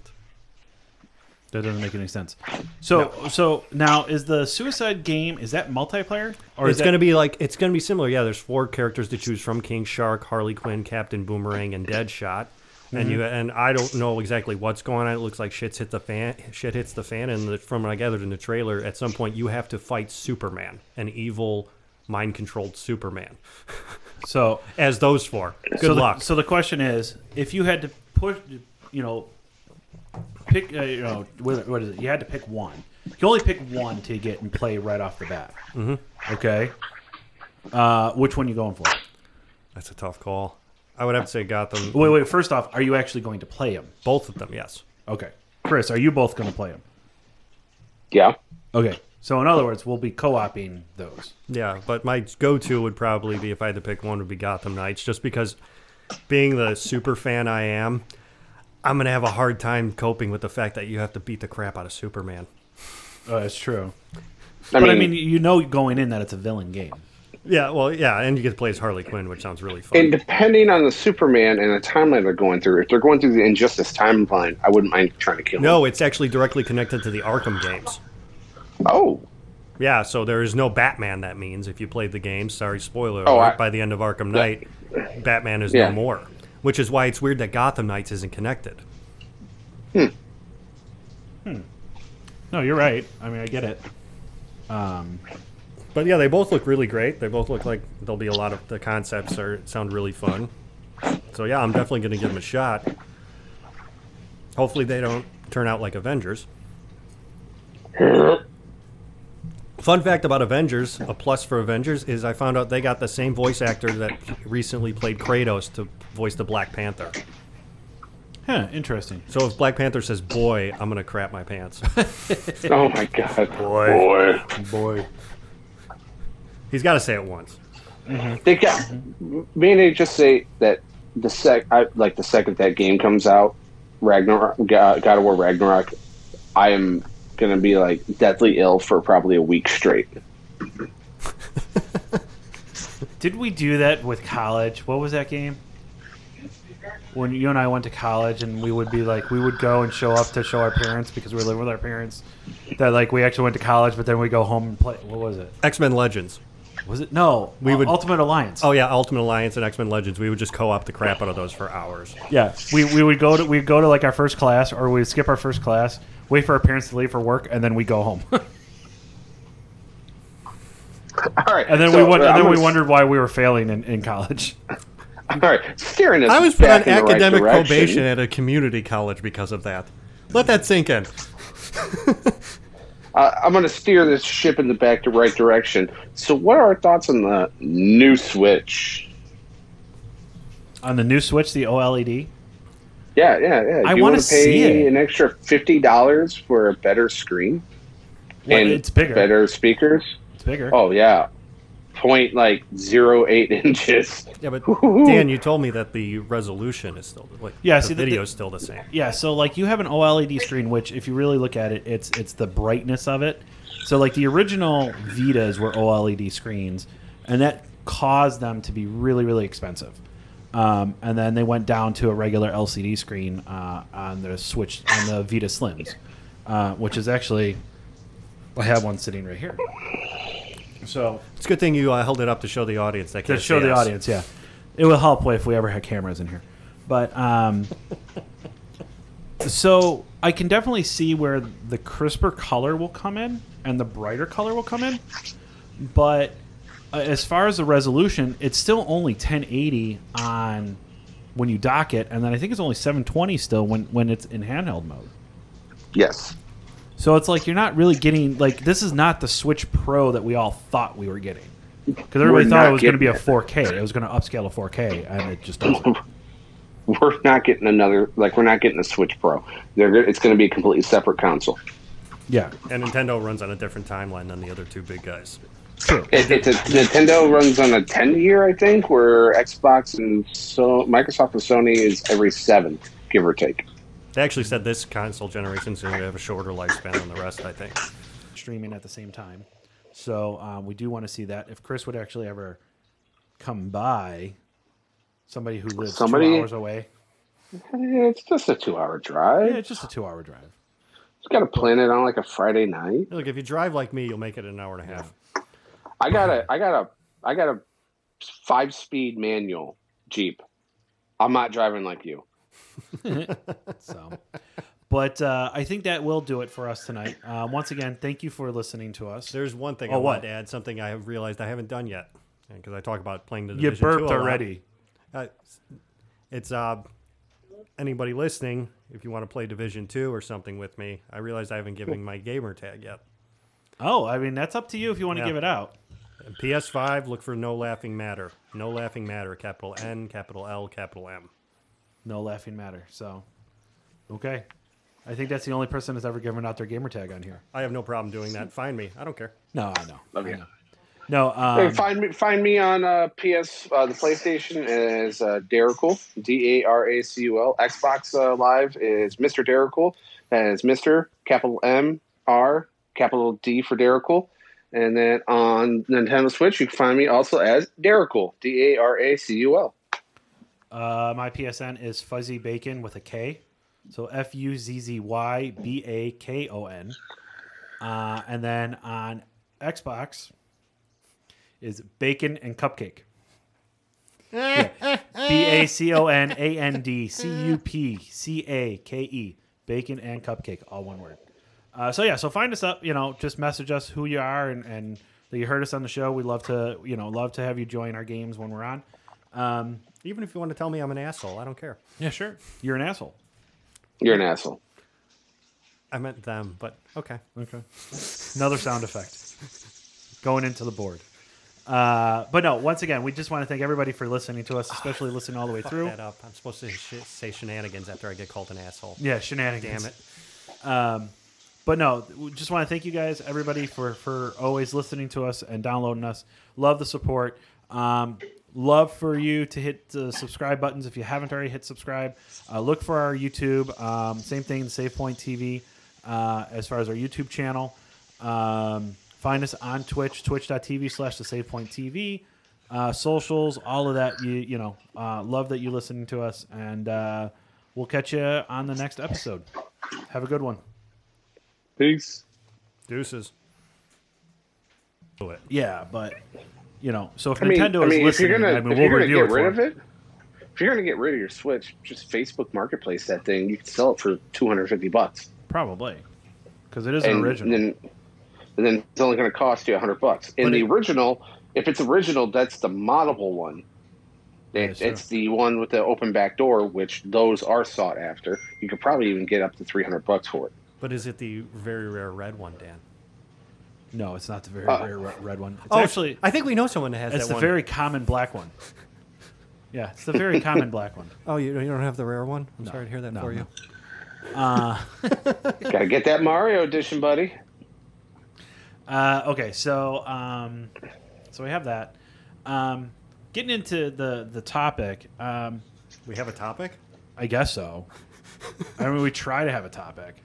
Speaker 2: That doesn't make any sense. So so now is the suicide game is that multiplayer or
Speaker 4: it's
Speaker 2: is
Speaker 4: going to be like it's going to be similar. Yeah, there's four characters to choose from: King Shark, Harley Quinn, Captain Boomerang, and Deadshot. And you and I don't know exactly what's going on. It looks like shit's hit the fan. Shit hits the fan, and the, from what I gathered in the trailer, at some point you have to fight Superman, an evil, mind-controlled Superman,
Speaker 2: so
Speaker 4: as those four. Good
Speaker 2: so
Speaker 4: luck.
Speaker 2: The, so the question is, if you had to push, you know, pick, uh, you know, what, what is it? You had to pick one. You can only pick one to get and play right off the bat. Mm-hmm. Okay. Uh, which one you going for?
Speaker 4: That's a tough call. I would have to say Gotham.
Speaker 2: Wait, wait. First off, are you actually going to play him?
Speaker 4: Both of them, yes.
Speaker 2: Okay, Chris, are you both going to play him?
Speaker 3: Yeah.
Speaker 2: Okay. So in other words, we'll be co-oping those.
Speaker 4: Yeah, but my go-to would probably be if I had to pick one would be Gotham Knights, just because being the super fan I am, I'm gonna have a hard time coping with the fact that you have to beat the crap out of Superman.
Speaker 2: Oh, that's true.
Speaker 3: I
Speaker 2: but
Speaker 3: mean,
Speaker 2: I mean, you know, going in that it's a villain game.
Speaker 4: Yeah, well, yeah, and you get to play as Harley Quinn, which sounds really fun.
Speaker 3: and depending on the Superman and the timeline they're going through, if they're going through the Injustice timeline, I wouldn't mind trying to kill him.
Speaker 4: no, it's actually directly connected to the Arkham games.
Speaker 3: Oh,
Speaker 4: Yeah, so there is no Batman. That means if you played the game, sorry, spoiler
Speaker 3: Oh,
Speaker 4: alert,
Speaker 3: I-
Speaker 4: by the end of Arkham Knight, Batman is
Speaker 3: Yeah.
Speaker 4: no more. Which is why it's weird that Gotham Knights isn't connected.
Speaker 2: No, you're right. I mean, I get it. Um,
Speaker 4: But yeah, they both look really great. They both look like there'll be a lot of the concepts are sound really fun. So yeah, I'm definitely going to give them a shot. Hopefully they don't turn out like Avengers. Fun fact about Avengers, a plus for Avengers is I found out they got the same voice actor that recently played Kratos to voice the Black Panther.
Speaker 2: huh, interesting.
Speaker 4: So if Black Panther says "boy," I'm going to crap my pants.
Speaker 3: oh my God,
Speaker 4: Boy.
Speaker 3: boy.
Speaker 2: Boy.
Speaker 4: He's got to say it once.
Speaker 3: They got. May I just say that the sec, I, like the second that game comes out, Ragnarok, uh, God, God of War Ragnarok, I am gonna be like deathly ill for probably a week straight.
Speaker 2: Did we do that with college? What was that game? When you and I went to college, and we would be like, we would go and show up to show our parents because we were living with our parents. That like we actually went to college, but then we go home and play. What was it?
Speaker 4: X Men Legends.
Speaker 2: Was it no?
Speaker 4: We
Speaker 2: U-
Speaker 4: would-
Speaker 2: Ultimate Alliance.
Speaker 4: Oh yeah, Ultimate Alliance and X Men Legends. We would just co-op the crap out of those for hours.
Speaker 2: yeah. We, we would go to we would go to like our first class, or we would skip our first class, wait for our parents to leave for work, and then we go home.
Speaker 3: All right,
Speaker 2: and then
Speaker 3: so,
Speaker 2: we went,
Speaker 3: uh,
Speaker 2: and
Speaker 3: I'm
Speaker 2: then we
Speaker 3: gonna-
Speaker 2: wondered why we were failing in, in college.
Speaker 3: All right, steering us.
Speaker 4: I was put on
Speaker 3: back in the right
Speaker 4: academic
Speaker 3: direction.
Speaker 4: probation at a community college because of that. Let that sink in.
Speaker 3: Uh, I'm going to steer this ship in the back the right direction. So, what are our thoughts on the new Switch?
Speaker 2: On the new Switch, the E OLED.
Speaker 3: Yeah, yeah, yeah.
Speaker 2: I
Speaker 3: Do you
Speaker 2: wanna
Speaker 3: wanna
Speaker 2: see
Speaker 3: pay
Speaker 2: it.
Speaker 3: an extra fifty dollars for a better screen
Speaker 2: Well,
Speaker 3: and
Speaker 2: it's bigger.
Speaker 3: better speakers?
Speaker 2: It's bigger.
Speaker 3: Oh yeah, point like zero eight inches.
Speaker 4: Yeah, but
Speaker 3: Woo-hoo.
Speaker 4: Dan, you told me that the resolution is still like
Speaker 2: Yeah,
Speaker 4: the
Speaker 2: see, the-
Speaker 4: video is still the same.
Speaker 2: Yeah, so like you have an OLED screen, which if you really look at it, it's it's the brightness of it. So like the original Vitas were OLED screens, and that caused them to be really really expensive. Um, and then they went down to a regular LCD screen uh, on the Switch on the Vita Slims, uh, which is actually I have one sitting right here. So
Speaker 4: It's a good thing you uh, held it up to show the audience. That
Speaker 2: to
Speaker 4: can't
Speaker 2: show
Speaker 4: see
Speaker 2: the
Speaker 4: us.
Speaker 2: audience. Yeah, it will help if we ever had cameras in here. But um, so I can definitely see where the crisper color will come in and the brighter color will come in. But uh, as far as the resolution, it's still only 1080 on when you dock it, and then I think it's only 720 still when when it's in handheld mode.
Speaker 3: Yes.
Speaker 2: So it's like you're not really getting like this is not the Switch Pro that we all thought we were getting because everybody
Speaker 3: We're
Speaker 2: thought
Speaker 3: not
Speaker 2: it was going to be a
Speaker 3: getting
Speaker 2: 4K.
Speaker 3: it.
Speaker 2: It was going to upscale to 4K, and it just doesn't.
Speaker 3: We're not getting another like we're not getting a Switch Pro. They're go- it's going to be a completely separate console.
Speaker 2: yeah,
Speaker 4: And Nintendo runs on a different timeline than the other two big guys.
Speaker 2: True.
Speaker 3: It, it's a, Nintendo runs on a ten year, I think, where Xbox and so Microsoft and Sony is every seventh, give or take.
Speaker 4: They actually said this console generation is going to have a shorter lifespan than the rest. I think.
Speaker 2: streaming at the same time. So um, we do want to see that. If Chris would actually ever come by, somebody who lives
Speaker 3: Somebody-
Speaker 2: two hours away.
Speaker 3: Yeah, Eh, It's just a two hour drive.
Speaker 2: Yeah, it's just a two-hour drive.
Speaker 3: Just gotta plan it on like a Friday night.
Speaker 4: Look, if you drive like me, you'll make it an hour and a half.
Speaker 3: I got a I got a I got a five speed manual Jeep. I'm not driving like you.
Speaker 2: So, but uh, I think that will do it for us tonight. Uh, once again, thank you for listening to us.
Speaker 4: There's one thing
Speaker 2: Oh,
Speaker 4: I
Speaker 2: what?
Speaker 4: wanted to add. Something I have realized I haven't done yet because I talk about playing the
Speaker 2: You
Speaker 4: Division 2 a
Speaker 2: burped
Speaker 4: lot.
Speaker 2: already.
Speaker 4: Uh, it's uh, anybody listening. If you want to play Division Two or something with me, I realized I haven't given my gamer tag yet.
Speaker 2: Oh, I mean that's up to you if you want to
Speaker 4: Yeah.
Speaker 2: give it out.
Speaker 4: And PS5, look for No Laughing Matter. No Laughing Matter, capital N, capital L, capital M.
Speaker 2: No laughing matter. So, okay. I think that's the only person that's ever given out their gamer tag on here.
Speaker 4: I have no problem doing that. Find me. I don't care.
Speaker 2: No, I know.
Speaker 3: Love
Speaker 2: I
Speaker 3: you.
Speaker 2: know. No,
Speaker 3: Hey,
Speaker 2: um,
Speaker 3: find me find me on uh, PS uh, the PlayStation is uh, Daracool D A R A C U L Xbox uh, Live is Mr. Daracool that is Mr. capital M R capital D for Daracool and then on Nintendo Switch you can find me also as Daracool D A R A C U L.
Speaker 2: Uh, my PSN is Fuzzy Bacon with a K. So F U Z Z Y B A K O N. Uh, and then on Xbox is Bacon and Cupcake. B A C O N A N D C U P C A K E. Bacon and Cupcake, all one word. Uh, so yeah, so find us up. You know, just message us who you are and, and that you heard us on the show. We love to, you know, love to have you join our games when we're on. Um,
Speaker 4: Even if you want to tell me I'm an asshole, I don't care.
Speaker 2: yeah, sure. You're an asshole.
Speaker 3: You're an asshole.
Speaker 4: I meant them, but okay.
Speaker 2: Okay. Another sound effect going into the board. Uh, but no, once again, we just want to thank everybody for listening to us, especially listening all the way
Speaker 4: Fuck
Speaker 2: through.
Speaker 4: that up. I'm supposed to sh- say shenanigans after I get called an asshole.
Speaker 2: Yeah, shenanigans.
Speaker 4: Damn it.
Speaker 2: Um, But no, we just want to thank you guys, everybody, for for always listening to us and downloading us. Love the support. Um, love for you to hit the subscribe buttons if you haven't already hit subscribe. Uh, look for our YouTube. Um, same thing, Save Point TV, uh, as far as our YouTube channel. Um, find us on Twitch, twitch.tv slash the Save Point TV. Uh, socials, all of that. You you know, uh, love that you listening to us, and uh, we'll catch you on the next episode. Have a good one.
Speaker 3: Peace.
Speaker 4: Deuces. Do it.
Speaker 2: Yeah, but you know, so if
Speaker 3: I mean,
Speaker 2: Nintendo
Speaker 3: I mean,
Speaker 2: is
Speaker 3: if you're
Speaker 2: listening,
Speaker 3: gonna,
Speaker 2: I mean, we'll
Speaker 3: if you're gonna
Speaker 2: review
Speaker 3: get
Speaker 2: it.
Speaker 3: rid
Speaker 2: for
Speaker 3: of
Speaker 2: you.
Speaker 3: it, if you're gonna get rid of your Switch, just Facebook Marketplace that thing. You can sell it for two hundred fifty bucks,
Speaker 2: probably because it is an
Speaker 3: and
Speaker 2: original.
Speaker 3: then and then it's only gonna cost you hundred bucks. In
Speaker 2: But
Speaker 3: the
Speaker 2: it-
Speaker 3: original, if it's original, that's the moddable one. It,
Speaker 2: sure.
Speaker 3: It's the one with the open back door, which those are sought after. You could probably even get up to three hundred bucks for it.
Speaker 4: But is it the very rare red one, Dan?
Speaker 2: no, it's not the very
Speaker 3: Uh,
Speaker 2: rare re- red one. It's
Speaker 4: Oh,
Speaker 2: actually
Speaker 4: I think we know someone that has
Speaker 2: it's
Speaker 4: that
Speaker 2: the
Speaker 4: one.
Speaker 2: very common black one. Yeah, it's the very common black one.
Speaker 4: Oh, you, you don't have the rare one? I'm sorry to hear that
Speaker 2: no,
Speaker 4: for you.
Speaker 3: Gotta get that Mario edition, buddy.
Speaker 2: Uh, okay, so um, so we have that. Um, getting into the the topic, um,
Speaker 4: We have a topic?
Speaker 2: I guess so. I mean, we try to have a topic.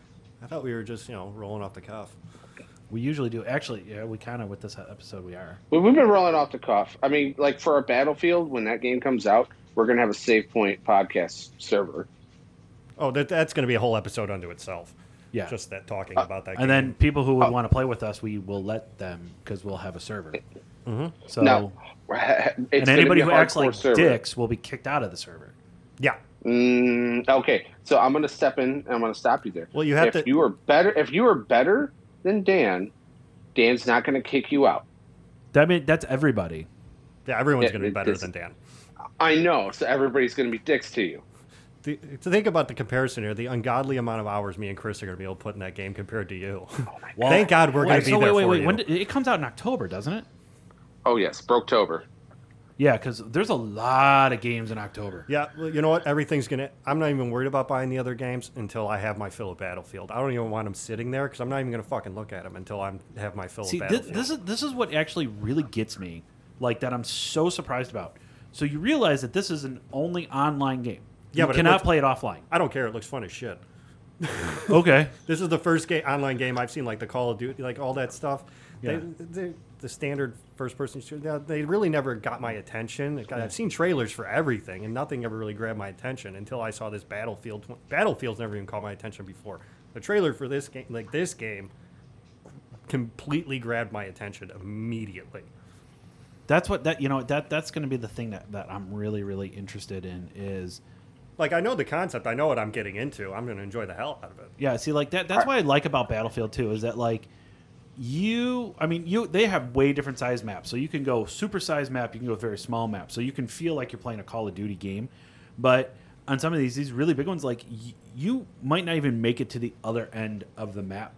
Speaker 4: I thought we were just, you know, rolling off the cuff.
Speaker 2: We usually do. Actually, yeah, we kind of with this episode we are.
Speaker 3: We- We've been rolling off the cuff. I mean, like for our Battlefield, when that game comes out, we're gonna have a Save Point podcast server.
Speaker 4: Oh, that, that's going to be a whole episode unto itself.
Speaker 2: Yeah. Uh,
Speaker 4: Just that talking about that.
Speaker 2: and
Speaker 4: game.
Speaker 2: then people who would want to play with us, we will let them because we'll have a server. So
Speaker 3: No,
Speaker 2: and anybody who acts like
Speaker 3: server.
Speaker 2: dicks will be kicked out of the server.
Speaker 4: yeah,
Speaker 3: Mm, okay, so I'm gonna step in. and I'm gonna stop you there.
Speaker 4: Well, you have
Speaker 3: if
Speaker 4: to-
Speaker 3: You are better. If you are better than Dan, Dan's not gonna kick you out.
Speaker 2: That mean that's everybody.
Speaker 4: yeah, everyone's
Speaker 3: Yeah,
Speaker 4: going to be
Speaker 3: it-
Speaker 4: better
Speaker 3: this-
Speaker 4: than Dan.
Speaker 3: I know. So everybody's gonna be dicks to you.
Speaker 4: The, to think about the comparison here, the ungodly amount of hours me and Chris are going to be able to put in that game compared to you. Thank God we're going to
Speaker 2: Oh wait, so
Speaker 4: be there
Speaker 2: wait, wait,
Speaker 4: for
Speaker 2: wait.
Speaker 4: you.
Speaker 2: When do, it comes out in October, doesn't it?
Speaker 3: Oh yes, Broketober.
Speaker 2: Yeah, because there's a lot of games in October.
Speaker 4: Yeah, well, you know what? Everything's gonna. I'm not even worried about buying the other games until I have my fill of Battlefield. I don't even want them sitting there because I'm not even gonna fucking look at them until I have my fill
Speaker 2: See,
Speaker 4: of
Speaker 2: this,
Speaker 4: Battlefield.
Speaker 2: this is this is what actually really gets me, like that I'm so surprised about. So you realize that this is an only online game.
Speaker 4: Yeah,
Speaker 2: you
Speaker 4: but it
Speaker 2: cannot
Speaker 4: looks-
Speaker 2: play it offline.
Speaker 4: I don't care. It looks fun as shit.
Speaker 2: Okay.
Speaker 4: This is the first game online game I've seen like the Call of Duty, like all that stuff.
Speaker 2: Yeah.
Speaker 4: They, they, the standard first person shooter. They really never got my attention. Like, I've seen trailers for everything, and nothing ever really grabbed my attention until I saw this Battlefield. tw- Battlefield's never even caught my attention before. The trailer for this game, like this game, completely grabbed my attention immediately.
Speaker 2: That's what that you know that that's going to be the thing that, that I'm really really interested in is
Speaker 4: Like I know the concept, I know what I'm getting into. I'm going to enjoy the hell out of it.
Speaker 2: yeah see like that that's what I like about Battlefield too is that like you I mean you they have way different size maps so you can go super size map you can go very small map so you can feel like you're playing a Call of Duty game but on some of these these really big ones like y- you might not even make it to the other end of the map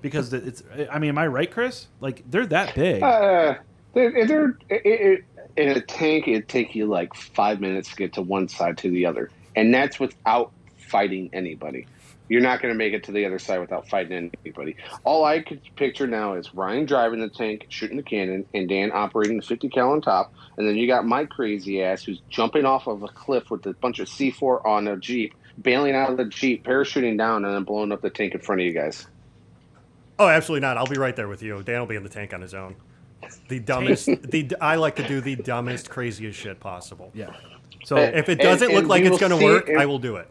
Speaker 2: because it's I mean am I right Chris like they're that big
Speaker 3: Uh, they're, they're, it, it, in a tank, it'd take you like five minutes to get to one side to the other. And that's without fighting anybody. You're not going to make it to the other side without fighting anybody. All I could picture now is Ryan driving the tank, shooting the cannon, and Dan operating the 50 cal on top. And then you got my crazy ass who's jumping off of a cliff with a bunch of C4 on a Jeep, bailing out of the Jeep, parachuting down, and then blowing up the tank in front of you guys.
Speaker 4: Oh, absolutely not. I'll be right there with you. Dan will be in the tank on his own. The dumbest. the I like to do the dumbest, craziest shit possible.
Speaker 2: yeah so
Speaker 3: Eh,
Speaker 4: If it
Speaker 3: And-
Speaker 4: doesn't look
Speaker 3: and
Speaker 4: like
Speaker 3: we
Speaker 4: it's
Speaker 3: will
Speaker 4: going to
Speaker 3: see
Speaker 4: work,
Speaker 3: if-
Speaker 4: I will do it.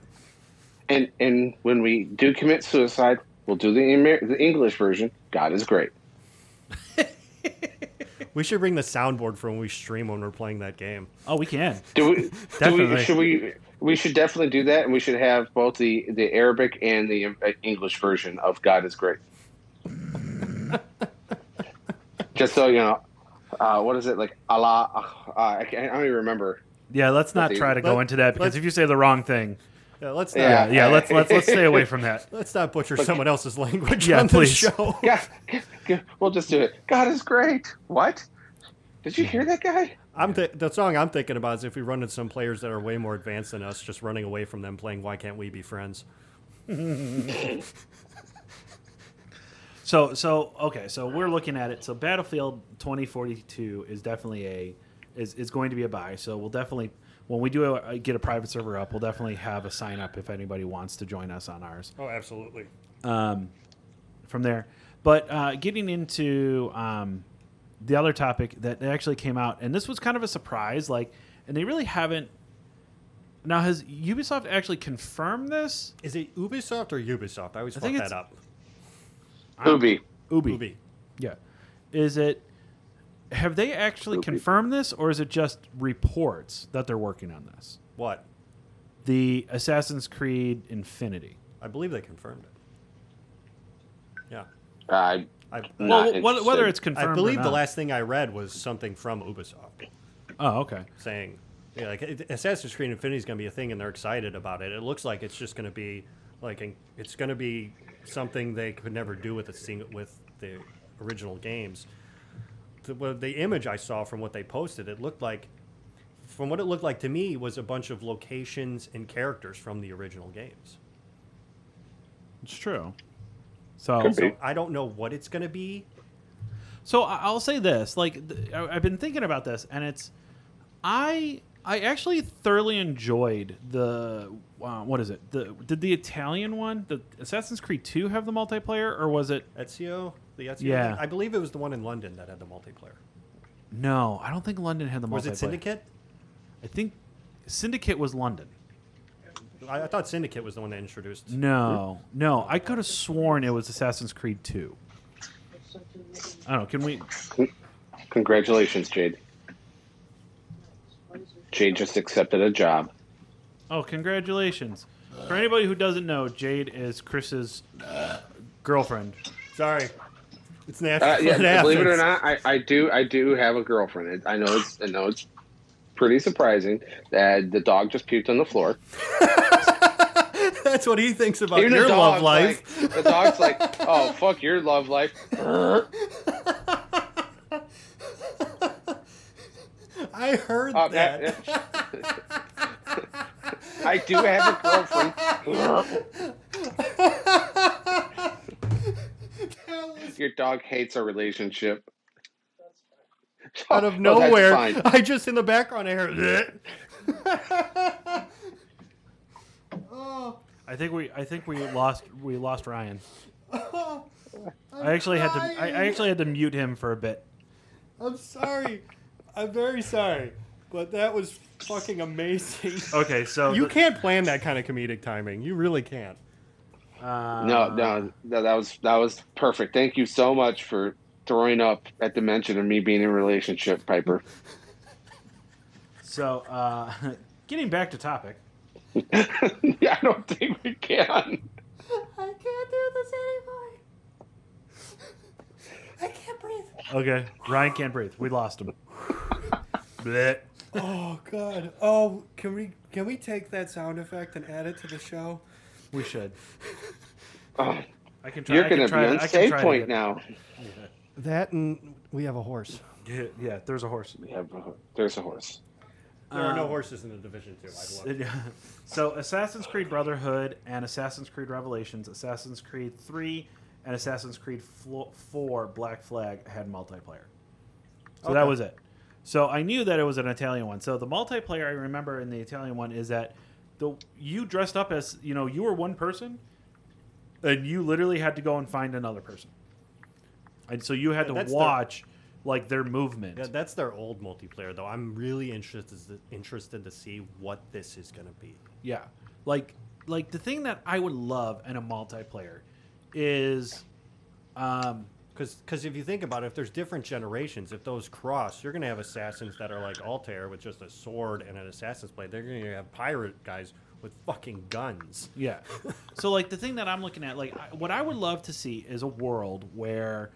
Speaker 3: and and when we do commit suicide, we'll do the Amer- the English version. God is great.
Speaker 4: We should bring the soundboard for when we stream when we're playing that game.
Speaker 2: oh we can
Speaker 3: Do we? do
Speaker 4: Definitely.
Speaker 3: we should we? We should definitely do that, and we should have both the the Arabic and the uh, English version of God is great. Just so you know, uh, what is it like? Allah? Uh, I, can't, I don't even remember.
Speaker 2: Yeah, let's not
Speaker 3: Let's-
Speaker 2: try to go
Speaker 4: let-
Speaker 2: into that because
Speaker 4: let's-
Speaker 2: if you say the wrong thing,
Speaker 4: Yeah, let's not.
Speaker 2: yeah,
Speaker 3: Yeah.
Speaker 2: yeah, let's let's let's stay away from that.
Speaker 4: Let's not butcher someone else's language
Speaker 2: Yeah,
Speaker 4: on
Speaker 2: please.
Speaker 4: this show.
Speaker 3: God, God- we'll just do it. God is great. What? Did you hear that guy?
Speaker 4: I'm th- the song I'm thinking about is if we run into some players that are way more advanced than us, just running away from them, playing "Why Can't We Be Friends."
Speaker 2: So so okay, so we're looking at it. So Battlefield 2042 is definitely a is is going to be a buy. So we'll definitely when we do a, get a private server up, we'll definitely have a sign up if anybody wants to join us on ours.
Speaker 4: Oh, absolutely.
Speaker 2: um, from there. But uh, getting into um, the other topic that actually came out, and this was kind of a surprise, like, and they really haven't. Now, has Ubisoft actually confirmed this?
Speaker 4: Is it Ubisoft or Ubisoft? I always
Speaker 2: I
Speaker 4: fuck
Speaker 2: think
Speaker 4: that
Speaker 2: it's-
Speaker 4: up.
Speaker 3: Ubi.
Speaker 2: Ubi.
Speaker 4: Ubi.
Speaker 2: Yeah. Is it. Have they actually
Speaker 3: Ubi.
Speaker 2: confirmed this, or is it just reports that they're working on this?
Speaker 4: What?
Speaker 2: The Assassin's Creed Infinity.
Speaker 4: I believe they confirmed it. Yeah.
Speaker 3: I
Speaker 4: I,
Speaker 2: well,
Speaker 3: Not
Speaker 2: wh- whether
Speaker 3: interested.
Speaker 2: it's confirmed.
Speaker 4: I
Speaker 2: or
Speaker 4: believe the
Speaker 2: not.
Speaker 4: last thing I read was something from Ubisoft
Speaker 2: Oh, okay.
Speaker 4: saying, yeah, like, it- Assassin's Creed Infinity is going to be a thing and they're excited about it. It looks like it's just going to be, like, an- it's going to be something they could never do with, a sing- with the original games. The, well, the image I saw from what they posted, it looked like, from what it looked like to me, was a bunch of locations and characters from the original games.
Speaker 2: It's true. So,
Speaker 3: Could be.
Speaker 4: So I don't know what it's going to be.
Speaker 2: So I- I'll say this: like th- I- I've been thinking about this, and it's I I actually thoroughly enjoyed the uh, what is it? The did the Italian one, the Assassin's Creed Two, have the multiplayer, or was it?
Speaker 4: Ezio, the Ezio.
Speaker 2: Yeah.
Speaker 4: thing? I believe it was the one in London that had the multiplayer.
Speaker 2: No, I don't think London had the multiplayer.
Speaker 4: Was it Syndicate?
Speaker 2: I think Syndicate was London.
Speaker 4: I, I thought Syndicate was the one that introduced.
Speaker 2: No, no, I could have sworn it was Assassin's Creed Two. I don't know. Can we?
Speaker 3: Congratulations, Jade. Jade just accepted a job.
Speaker 2: Oh, congratulations! For anybody who doesn't know, Jade is Chris's girlfriend.
Speaker 4: Sorry, it's natural.
Speaker 3: Uh, yeah,
Speaker 4: it happens.
Speaker 3: believe it or not, I, I do. I do have a girlfriend. It- I know it's. I know it's pretty surprising that the dog just puked on the floor.
Speaker 4: that's what he thinks about
Speaker 3: Even the
Speaker 4: your love
Speaker 3: dog's
Speaker 4: life.
Speaker 3: like- the dog's like, "Oh fuck your love life."
Speaker 4: I heard
Speaker 3: Uh,
Speaker 4: that.
Speaker 3: I do have a girlfriend.
Speaker 4: That was
Speaker 3: Your dog hates our relationship.
Speaker 4: out of
Speaker 3: Oh, that's
Speaker 4: nowhere.
Speaker 3: fine.
Speaker 4: I just in the background I heard that. oh,
Speaker 2: I think we I think we lost we lost Ryan.
Speaker 4: oh,
Speaker 2: I actually had to I, I actually had to mute him for a bit.
Speaker 4: I'm sorry. I'm very sorry. But that was fucking amazing.
Speaker 2: Okay, so
Speaker 4: You
Speaker 2: the-
Speaker 4: can't plan that kind of comedic timing. You really can't.
Speaker 2: uh,
Speaker 3: No, no, no, that was that was perfect. Thank you so much for throwing up at the mention of me being in a relationship, Piper.
Speaker 2: So uh, getting back to topic.
Speaker 3: I don't think we can.
Speaker 4: I can't do this anymore. I can't breathe.
Speaker 2: Okay, Ryan can't breathe. We lost him. Blit.
Speaker 4: Oh god. Oh, can we can we take that sound effect and add it to the show?
Speaker 2: We should.
Speaker 3: Oh,
Speaker 2: I can try.
Speaker 3: you're
Speaker 2: I can
Speaker 3: going to be
Speaker 2: try
Speaker 3: on
Speaker 2: I can
Speaker 3: save
Speaker 2: try
Speaker 3: point
Speaker 2: again.
Speaker 3: now.
Speaker 4: That and we have a horse.
Speaker 2: Yeah, yeah, there's a horse.
Speaker 3: We have a ho- there's a horse.
Speaker 4: There are no horses in the division two. I love.
Speaker 2: Yeah. so Assassin's Creed Brotherhood and Assassin's Creed Revelations, Assassin's Creed 3 and Assassin's Creed Flo- 4 Black Flag had multiplayer. So that
Speaker 4: Okay.
Speaker 2: was it. So I knew that it was an Italian one. So the multiplayer I remember in the Italian one is that the you dressed up as, you know, you were one person and you literally had to go and find another person. And so you had
Speaker 4: Yeah,
Speaker 2: to
Speaker 4: that's the-
Speaker 2: watch like their movement.
Speaker 4: Yeah, that's their old multiplayer though. I'm really interested interested to see what this is going to be.
Speaker 2: Yeah. Like like the thing that I would love in a multiplayer is um
Speaker 4: Because if you think about it, if there's different generations, if those cross, you're going to have assassins that are like Altair with just a sword and an assassin's blade. They're going to have pirate guys with fucking guns.
Speaker 2: yeah. so like the thing that I'm looking at like I, what I would love to see is a world where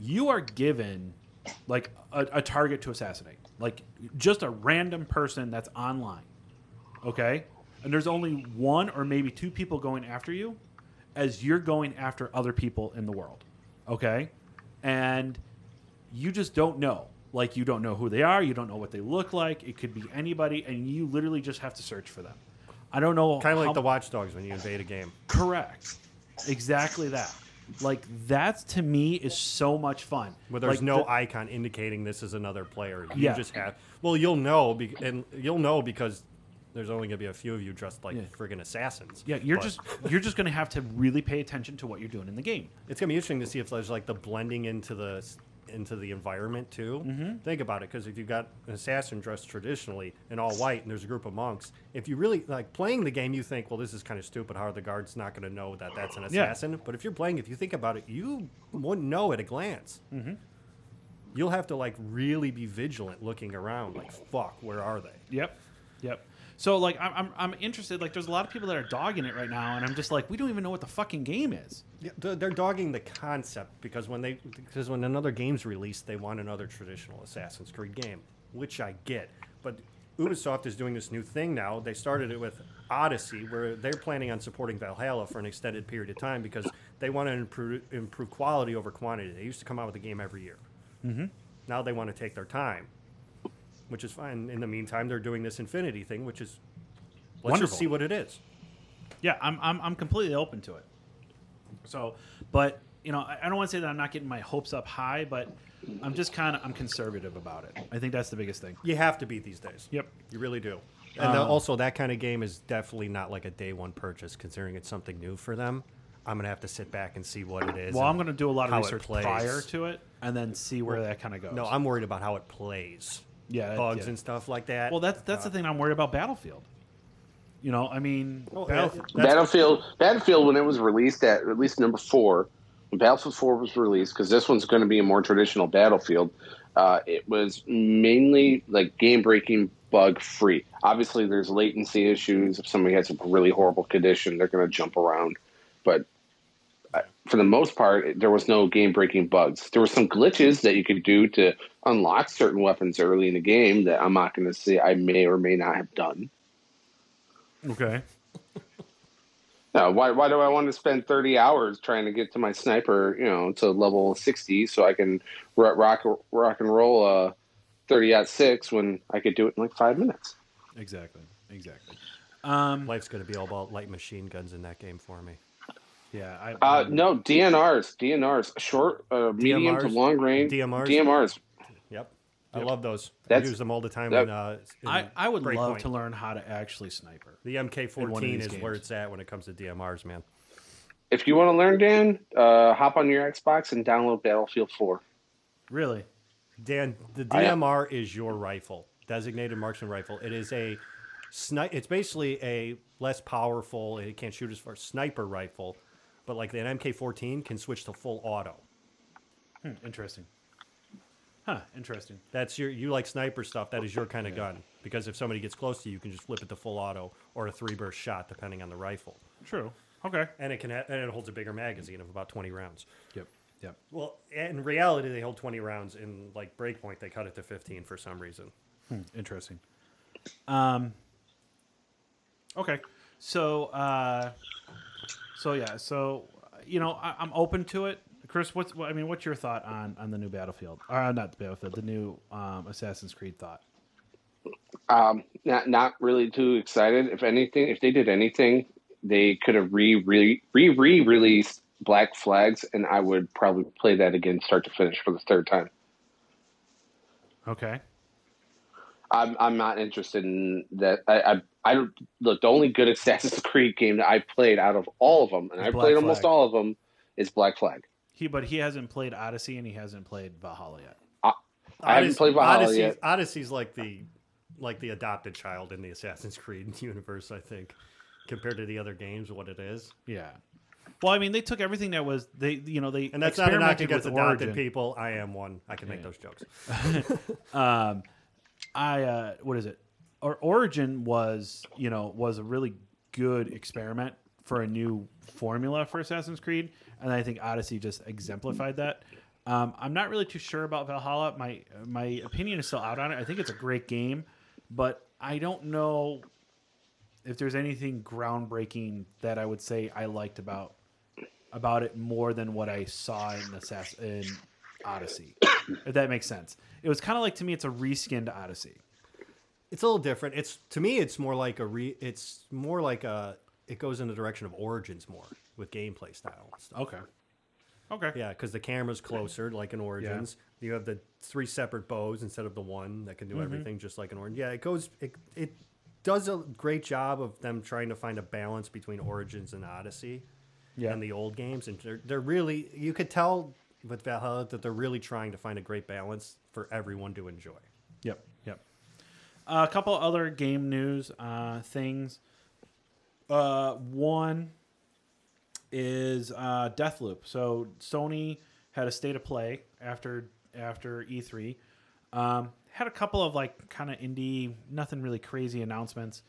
Speaker 2: you are given like a, a target to assassinate. Like just a random person that's online. Okay? And there's only one or maybe two people going after you as you're going after other people in the world. Okay? And you just don't know. Like you don't know who they are, you don't know what they look like. It could be anybody, and you literally just have to search for them. I don't know.
Speaker 4: Kind
Speaker 2: how-
Speaker 4: of like the Watchdogs when you invade a game.
Speaker 2: correct, exactly that. Like that to me is so much fun.
Speaker 4: Where there's
Speaker 2: Like,
Speaker 4: no
Speaker 2: the-
Speaker 4: icon indicating this is another player. You
Speaker 2: Yeah.
Speaker 4: just have. Well, you'll know, be, and you'll know because there's only going to be a few of you dressed like
Speaker 2: Yeah.
Speaker 4: friggin' assassins.
Speaker 2: yeah, you're
Speaker 4: But
Speaker 2: just you're just gonna have to really pay attention to what you're doing in the game.
Speaker 4: It's going to be interesting to see if there's like the blending into the into the environment too. Think about it, because if you've got an assassin dressed traditionally in all white, and there's a group of monks, if you really like playing the game, you think, well, this is kind of stupid. How are the guards not going to know that that's an
Speaker 2: Yeah.
Speaker 4: assassin? But if you're playing, if you think about it, you wouldn't know at a glance. You'll have to like really be vigilant, looking around, like fuck, where are they?
Speaker 2: Yep. Yep. So like I'm, I'm I'm interested. Like there's a lot of people that are dogging it right now, and I'm just like we don't even know what the fucking game is.
Speaker 4: Yeah, they're they're dogging the concept because when they because when another game's released, they want another traditional Assassin's Creed game, which I get. But Ubisoft is doing this new thing now. They started it with Odyssey, where they're planning on supporting Valhalla for an extended period of time because they want to improve improve quality over quantity. They used to come out with a game every year. Mm-hmm. Now they want to take their time, which is fine. In the meantime, they're doing this Infinity thing, which is let's
Speaker 2: Wonderful.
Speaker 4: just see what it is.
Speaker 2: Yeah, I'm, I'm, I'm completely open to it. So, but you know, I, I don't want to say that I'm not getting my hopes up high, but I'm just kind of I'm conservative about it. I think that's the biggest thing.
Speaker 4: You have to be these days.
Speaker 2: Yep.
Speaker 4: You really do. And
Speaker 2: Um,
Speaker 4: the- also, that kind of game is definitely not like a day one purchase, considering it's something new for them. I'm gonna have to sit back and see what it is.
Speaker 2: Well,
Speaker 4: and
Speaker 2: I'm going to do a lot of
Speaker 4: how it
Speaker 2: research
Speaker 4: plays.
Speaker 2: prior to it, and then see where that kind of goes.
Speaker 4: No, I'm worried about how it plays.
Speaker 2: Yeah, that-
Speaker 4: bugs
Speaker 2: yeah.
Speaker 4: and stuff like that.
Speaker 2: well, that's that's the thing I'm worried about Battlefield. You know, I mean,
Speaker 4: Oh,
Speaker 2: Battlef-
Speaker 4: that- that's-
Speaker 3: Battlefield, Battlefield, when it was released at at least number four, when Battlefield Four was released, because this one's going to be a more traditional Battlefield. Uh, it was mainly like game breaking, bug free. Obviously, there's latency issues. If somebody has a really horrible condition, they're going to jump around. But uh, for the most part, it- there was no game breaking bugs. There were some glitches that you could do to unlock certain weapons early in the game that I'm not going to say I may or may not have done.
Speaker 2: okay,
Speaker 3: No, why, why do I want to spend 30 hours trying to get to my sniper, you know, to level 60 so I can rock, rock, rock and roll a thirty out six when I could do it in like five minutes.
Speaker 2: Exactly. Exactly. Um,
Speaker 4: Life's going to be all about light machine guns in that game for me.
Speaker 2: yeah. I,
Speaker 3: Uh,
Speaker 2: um,
Speaker 3: no DNRs, DNRs, short, uh, medium to
Speaker 4: DMRs?
Speaker 3: long range
Speaker 4: DMRs?
Speaker 3: DMRs.
Speaker 4: Yep. I love those. I
Speaker 3: That's-
Speaker 4: use them all the time.
Speaker 3: that-
Speaker 4: in, uh, in
Speaker 2: I, I would love
Speaker 4: Breakpoint.
Speaker 2: to learn how to actually sniper.
Speaker 4: The
Speaker 2: in one of
Speaker 4: MK14
Speaker 2: these
Speaker 4: is where
Speaker 2: games.
Speaker 4: it's at when it comes to DMRs, man.
Speaker 3: If you want to learn, Dan, uh, hop on your Xbox and download Battlefield Four.
Speaker 2: Really?
Speaker 4: Dan, the
Speaker 3: I-
Speaker 4: DMR is your rifle, designated marksman rifle. It is a snipe. It's basically a less powerful. and It can't shoot as far sniper rifle, but like an MK14 can switch to full auto.
Speaker 2: Hmm, interesting. Huh. Interesting.
Speaker 4: That's your you like sniper stuff. That is your kind of gun because if somebody gets close to you, you can just flip it to full auto or a three burst shot depending on the rifle,
Speaker 2: True. Okay.
Speaker 4: and it can ha- and it holds a bigger magazine of about twenty rounds.
Speaker 2: Yep. Yep.
Speaker 4: Well, in reality, they hold twenty rounds. In like Breakpoint, they cut it to fifteen for some reason.
Speaker 2: Interesting. Um, okay. So, uh, so yeah. So, you know, I, I'm open to it. Chris, what's what, I mean? What's your thought on on the new Battlefield? Or uh, not the Battlefield, the new um, Assassin's Creed thought.
Speaker 3: Um, not not really too excited. If anything, if they did anything, they could have re re re re released Black Flags, and I would probably play that again, start to finish, for the third time.
Speaker 2: Okay.
Speaker 3: I'm I'm not interested in that. I I, I look the only good Assassin's Creed game that I played out of all of them, and I
Speaker 2: Black
Speaker 3: played almost
Speaker 2: Flag.
Speaker 3: all of them, is Black Flag.
Speaker 2: He, but he hasn't played Odyssey and he hasn't played Valhalla yet.
Speaker 3: I haven't played Valhalla
Speaker 4: Odyssey's,
Speaker 3: yet.
Speaker 4: Odyssey's like the like the adopted child in the Assassin's Creed universe, I think, compared to the other games, what it is.
Speaker 2: Yeah. Well, I mean, they took everything that was they, you know, they
Speaker 4: And that's not a
Speaker 2: experimented
Speaker 4: knock
Speaker 2: with
Speaker 4: against adopted
Speaker 2: origin.
Speaker 4: people. I am one. I can make
Speaker 2: Yeah.
Speaker 4: those jokes.
Speaker 2: Um, I uh, what is it? Or Origin was you know was a really good experiment for a new formula for Assassin's Creed, and I think Odyssey just exemplified that. Um, I'm not really too sure about Valhalla. My my opinion is still out on it. I think it's a great game, but I don't know if there's anything groundbreaking that I would say I liked about about it more than what I saw in Assass- in Odyssey. if that makes sense. It was kind of like to me, it's a reskinned Odyssey.
Speaker 4: It's a little different. It's to me, it's more like a re. It's more like a. It goes in the direction of Origins more with gameplay style. And stuff.
Speaker 2: Okay. Okay.
Speaker 4: Yeah, because the camera's closer, like in Origins. You have the three separate bows instead of the one that can do everything, just like in Origins. Yeah, it goes. It, it does a great job of them trying to find a balance between Origins and Odyssey,
Speaker 2: Yeah.
Speaker 4: and the old games. And they're, they're really you could tell with Valhalla that they're really trying to find a great balance for everyone to enjoy.
Speaker 2: Yep. Yep. Uh, a couple other game news uh, things. Uh, one is uh, Deathloop. So Sony had a state of play after after E3. Um, had a couple of like kind of indie, nothing really crazy announcements,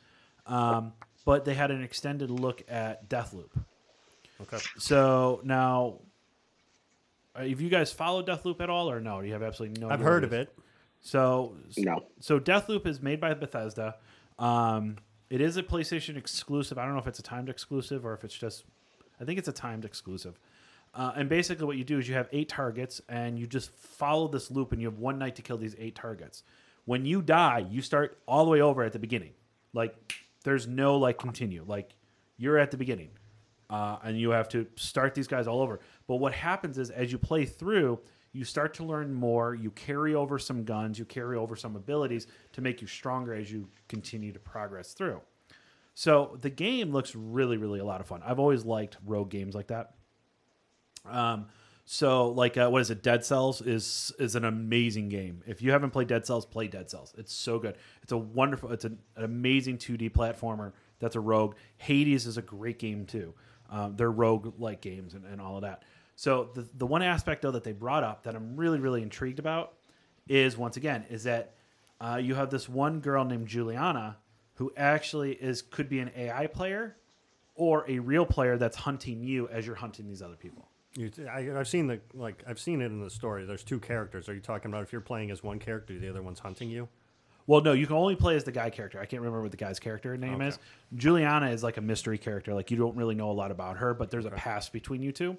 Speaker 2: um, but they had an extended look at Deathloop.
Speaker 4: Okay,
Speaker 2: So now, uh, have you guys followed Deathloop at all, or no? Do you have absolutely no?
Speaker 4: I've
Speaker 2: idea what
Speaker 4: heard of
Speaker 2: is?
Speaker 4: it.
Speaker 2: So
Speaker 3: No.
Speaker 2: So Deathloop is made by Bethesda. Um, it is a PlayStation exclusive. I don't know if it's a timed exclusive or if it's just. I think it's a timed exclusive. Uh, and basically, what you do is you have eight targets, and you just follow this loop, and you have one night to kill these eight targets. When you die, you start all the way over at the beginning. Like, there's no like continue. Like, you're at the beginning uh, and you have to start these guys all over. But what happens is, as you play through, you start to learn more. You carry over some guns, you carry over some abilities to make you stronger as you continue to progress through. So the game looks really, really a lot of fun. I've always liked rogue games like that. Um, so like uh, what is it? Dead Cells is is an amazing game. If you haven't played Dead Cells, play Dead Cells. It's so good. It's a wonderful. It's an, an amazing 2D platformer. That's a rogue. Hades is a great game too. Um, they're rogue like games and, and all of that. So the the one aspect though that they brought up that I'm really really intrigued about is once again is that uh, you have this one girl named Juliana who actually is could be an AI player or a real player that's hunting you as you're hunting these other people.
Speaker 4: You, I, I've seen the like I've seen it in the story. There's two characters. Are you talking about if you're playing as one character, the other one's hunting you?
Speaker 2: Well, no, you can only play as the guy character. I can't remember what the guy's character name
Speaker 4: Okay.
Speaker 2: is. Juliana is like a mystery character. Like you don't really know a lot about her, but there's a past between you two.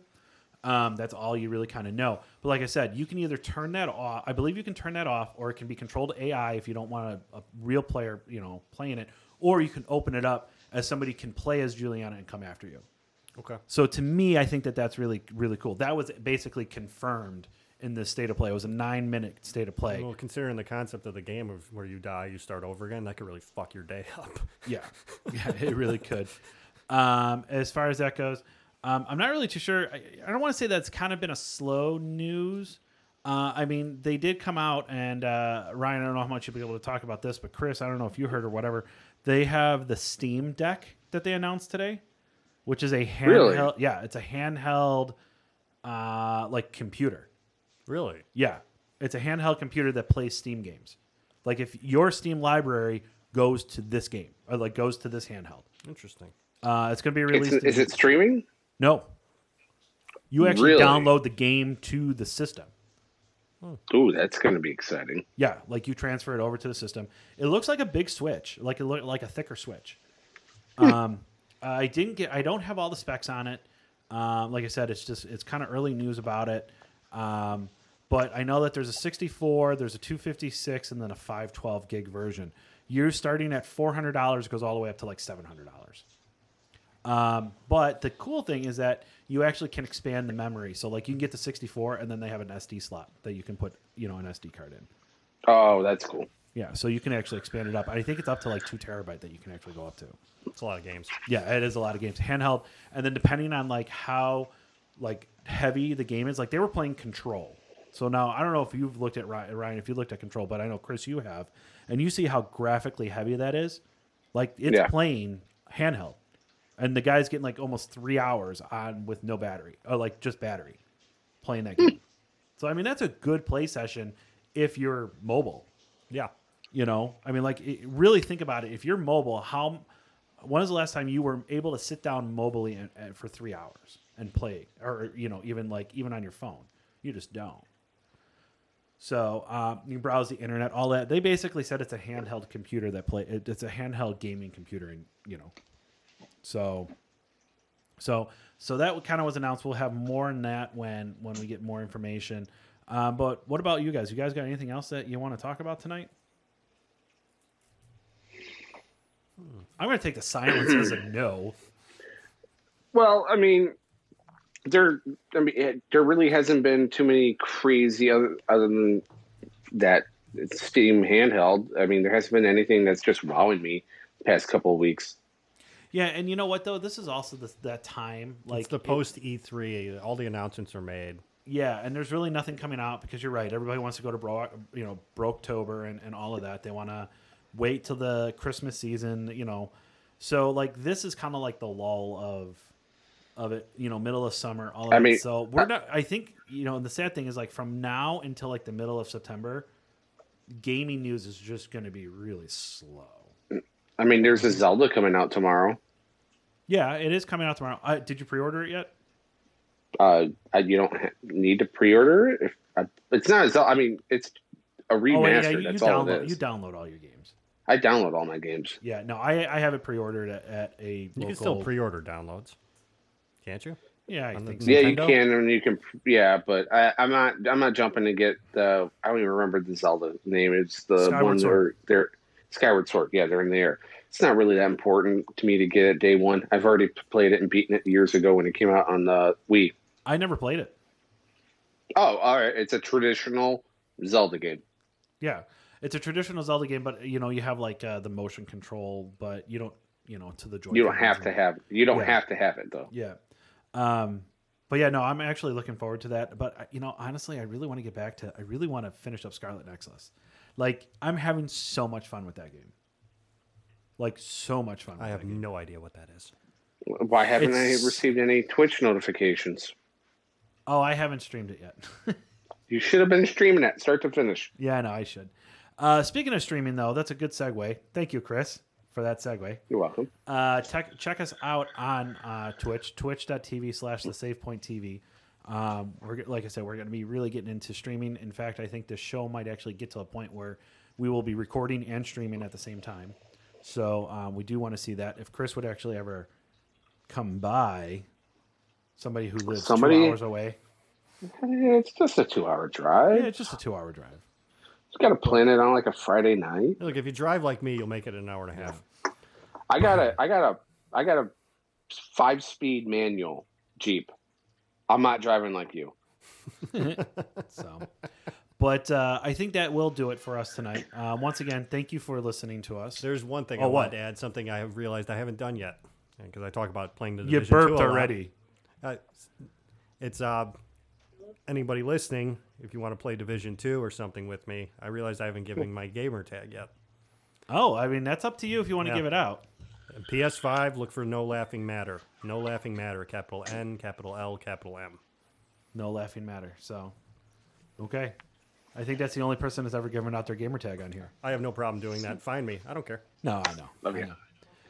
Speaker 2: Um, that's all you really kind of know. But like I said, you can either turn that off. I believe you can turn that off, or it can be controlled AI if you don't want a, a real player, you know, playing it. Or you can open it up as somebody can play as Juliana and come after you.
Speaker 4: Okay.
Speaker 2: So to me, I think that that's really really cool. That was basically confirmed in this state of play. It was a nine minute state of play.
Speaker 4: Well, considering the concept of the game of where you die, you start over again, that could really fuck your day up.
Speaker 2: Yeah, yeah, it really could. Um, as far as that goes, um, I'm not really too sure. I, I don't want to say that's kind of been a slow news. Uh, I mean, they did come out, and uh, Ryan, I don't know how much you'll be able to talk about this, but Chris, I don't know if you heard or whatever. They have the Steam Deck that they announced today, which is a handheld.
Speaker 3: Really?
Speaker 2: Yeah, it's a handheld, uh, like computer.
Speaker 4: Really?
Speaker 2: Yeah. It's a handheld computer that plays Steam games. Like if your Steam library goes to this game or like goes to this handheld.
Speaker 4: Interesting.
Speaker 2: Uh, it's going to be
Speaker 3: It's,
Speaker 2: released. in-
Speaker 3: is it streaming?
Speaker 2: No. You actually
Speaker 3: Really?
Speaker 2: download the game to the system.
Speaker 3: Ooh, that's going to be exciting.
Speaker 2: Yeah, like you transfer it over to the system. It looks like a big switch, like it look like a thicker switch. Um, I didn't get. I don't have all the specs on it. Um, like I said, it's just it's kind of early news about it. Um, but I know that there's a 64, there's a 256, and then a 512 gig version. You're starting at $400, goes all the way up to like $700. Um, but the cool thing is that you actually can expand the memory. So like you can get the 64, and then they have an SD slot that you can put you know an SD card in.
Speaker 3: Oh, that's cool.
Speaker 2: Yeah, so you can actually expand it up. I think it's up to like two terabyte that you can actually go up to.
Speaker 4: It's a lot of games.
Speaker 2: Yeah, it is a lot of games handheld, and then depending on like how like heavy the game is, like they were playing Control. So now I don't know if you've looked at Ry- Ryan, if you looked at Control, but I know Chris, you have, and you see how graphically heavy that is. Like it's
Speaker 3: Yeah.
Speaker 2: playing handheld, and the guy's getting like almost three hours on with no battery, or like just battery, playing that game. so I mean, that's a good play session if you're mobile.
Speaker 4: Yeah.
Speaker 2: You know, I mean, like, it, really think about it. If you're mobile, how? When was the last time you were able to sit down mobily and, and for three hours and play, or you know, even like even on your phone? You just don't. So um, you browse the internet, all that. They basically said it's a handheld computer that play. It, it's a handheld gaming computer, and you know, so, so, so that kind of was announced. We'll have more on that when when we get more information. Um, but what about you guys? You guys got anything else that you want to talk about tonight? I'm going to take the silence as a no.
Speaker 3: Well, I mean, there. I mean, it, there really hasn't been too many crazy other, other than that Steam handheld. I mean, there hasn't been anything that's just wowing me the past couple of weeks.
Speaker 2: Yeah, and you know what though? This is also the, that time, like
Speaker 4: it's the post E3. All the announcements are made.
Speaker 2: Yeah, and there's really nothing coming out because you're right. Everybody wants to go to bro, you know, Broketober and, and all of that. They want to wait till the Christmas season, you know. So like this is kind of like the lull of of it, you know, middle of summer. All of
Speaker 3: I
Speaker 2: it.
Speaker 3: mean,
Speaker 2: so we're not. I think you know. And the sad thing is like from now until like the middle of September, gaming news is just going to be really slow.
Speaker 3: I mean, there's a Zelda coming out tomorrow.
Speaker 2: Yeah, it is coming out tomorrow. Uh, did you pre-order it yet?
Speaker 3: Uh, I, you don't ha- need to pre-order it. If I, it's not a Zelda. I mean, it's a
Speaker 2: oh wait,
Speaker 3: remaster.
Speaker 2: yeah, you, you
Speaker 3: that's all
Speaker 2: download
Speaker 3: it
Speaker 2: you
Speaker 3: is.
Speaker 2: download all your games.
Speaker 3: I download all my games.
Speaker 2: Yeah, no, I I have it pre-ordered at, at a
Speaker 4: You
Speaker 2: local,
Speaker 4: can still pre-order downloads, can't you?
Speaker 2: Yeah, I
Speaker 4: on the- E
Speaker 2: think so.
Speaker 3: Yeah, you
Speaker 4: Nintendo?
Speaker 3: can, and you can. Yeah, but I, I'm not. I'm not jumping to get the. I don't even remember the Zelda name. It's the
Speaker 2: Skyward
Speaker 3: one
Speaker 2: Sword.
Speaker 3: where they're Skyward Sword. Yeah, they're in the air. It's not really that important to me to get it day one. I've already p- played it and beaten it years ago when it came out on the Wii.
Speaker 2: I never played it.
Speaker 3: Oh, all right. It's a traditional Zelda game.
Speaker 2: Yeah, it's a traditional Zelda game, but you know you have like uh, the motion control, but you don't, you know, to the joy.
Speaker 3: You don't have to have. You don't
Speaker 2: Yeah.
Speaker 3: have to have it though.
Speaker 2: Yeah, um, but yeah, no, I'm actually looking forward to that. But I- you know, honestly, I really want to get back to. I really want to finish up Scarlet Nexus. Like I'm having so much fun with that game. Like so much fun. With
Speaker 4: I have
Speaker 2: that game.
Speaker 4: no idea what that is.
Speaker 3: Why haven't
Speaker 2: It's-
Speaker 3: I received any Twitch notifications?
Speaker 2: Oh, I haven't streamed it yet.
Speaker 3: You should have been streaming it, start to finish.
Speaker 2: yeah, I know I should. Uh, speaking of streaming, though, that's a good segue. Thank you, Chris, for that segue.
Speaker 3: You're welcome.
Speaker 2: Uh, check, check us out on uh, Twitch, twitch.tv slash the save point TV. Um, we're, get- like I said, we're going to be really getting into streaming. In fact, I think the show might actually get to a point where we will be recording and streaming at the same time. So um, we do want to see that. If Chris would actually ever come by, Somebody who lives two
Speaker 3: Somebody-
Speaker 2: hours away.
Speaker 3: Eh, It's just a two-hour
Speaker 2: Yeah,
Speaker 3: drive.
Speaker 2: it's just a two-hour drive.
Speaker 3: You got to plan it on like a Friday night.
Speaker 4: Look, if you drive like me, you'll make it an hour and a half.
Speaker 3: I got a, I got a, I got a five-speed manual Jeep. I'm not driving like you.
Speaker 2: So, but uh, I think that will do it for us tonight. Uh, once again, thank you for listening to us.
Speaker 4: There's one thing I
Speaker 2: Oh, what?
Speaker 4: wanted to add. Something I have realized I haven't done yet because I talk about playing the
Speaker 2: You
Speaker 4: division. two a
Speaker 2: burped
Speaker 4: lot.
Speaker 2: already.
Speaker 4: Uh, it's uh, anybody listening. If you want to play Division Two or something with me, I realized I haven't given my gamer tag yet.
Speaker 2: Oh, I mean, that's up to you if you want to
Speaker 4: Yeah.
Speaker 2: give it out.
Speaker 4: And PS5, look for No Laughing Matter. No Laughing Matter. Capital N, capital L, capital M.
Speaker 2: No laughing matter. So, okay. I think that's the only person that's ever given out their gamer tag on here.
Speaker 4: I have no problem doing that. Find me. I don't care.
Speaker 2: No, I know.
Speaker 3: Love
Speaker 2: I
Speaker 3: you.
Speaker 2: know.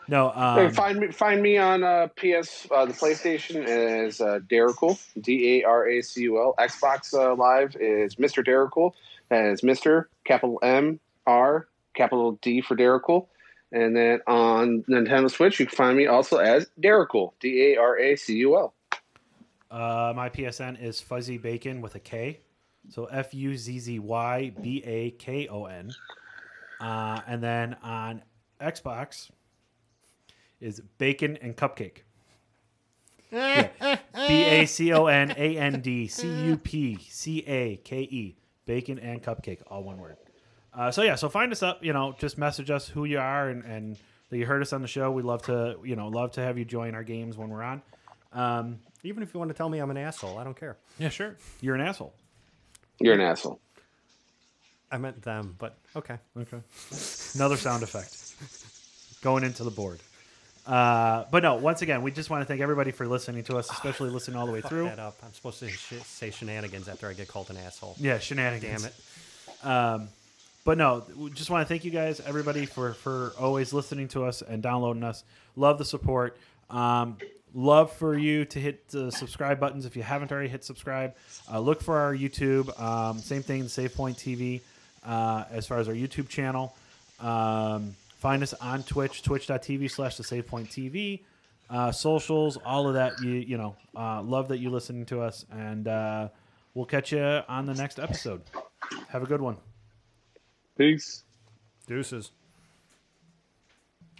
Speaker 2: No,
Speaker 3: Hey,
Speaker 2: um,
Speaker 3: find me, find me on uh, PS, uh, the PlayStation is uh, Daracool, D A R A C U L. Xbox uh, Live is Mr. Daracool. That is Mr. Capital M R capital D for Daracool. And then on Nintendo Switch, you can find me also as Daracool, D A R A C U L.
Speaker 2: uh, my PSN is Fuzzy Bacon with a K. So F U Z Z Y B A K O N. Uh, and then on Xbox is Bacon and Cupcake. B A C O N A N D C U P C A K E. Bacon and cupcake, all one word. Uh, so yeah, so find us up. You know, just message us who you are and, and that you heard us on the show. We love to, you know, love to have you join our games when we're on. Um,
Speaker 4: Even if you want to tell me I'm an asshole, I don't care.
Speaker 2: yeah, sure. You're an asshole.
Speaker 3: You're an asshole.
Speaker 4: I meant them, but okay.
Speaker 2: Okay. Another sound effect going into the board. Uh, but no, once again, we just want to thank everybody for listening to us, especially listening all the way
Speaker 4: Fuck
Speaker 2: through.
Speaker 4: that up. I'm supposed to sh- say shenanigans after I get called an asshole.
Speaker 2: Yeah, shenanigans.
Speaker 4: Damn it.
Speaker 2: but no, we just want to thank you guys, everybody, for for always listening to us and downloading us. Love the support. Um, love for you to hit the subscribe buttons if you haven't already. Hit subscribe. Uh, look for our YouTube. Um, same thing, Save Point TV. Uh, as far as our YouTube channel, um, find us on Twitch, twitch.tv slash the Save Point TV. Uh, socials, all of that. You you know, uh, love that you listening to us, and uh, we'll catch you on the next episode. Have a good one.
Speaker 3: Peace.
Speaker 4: Deuces.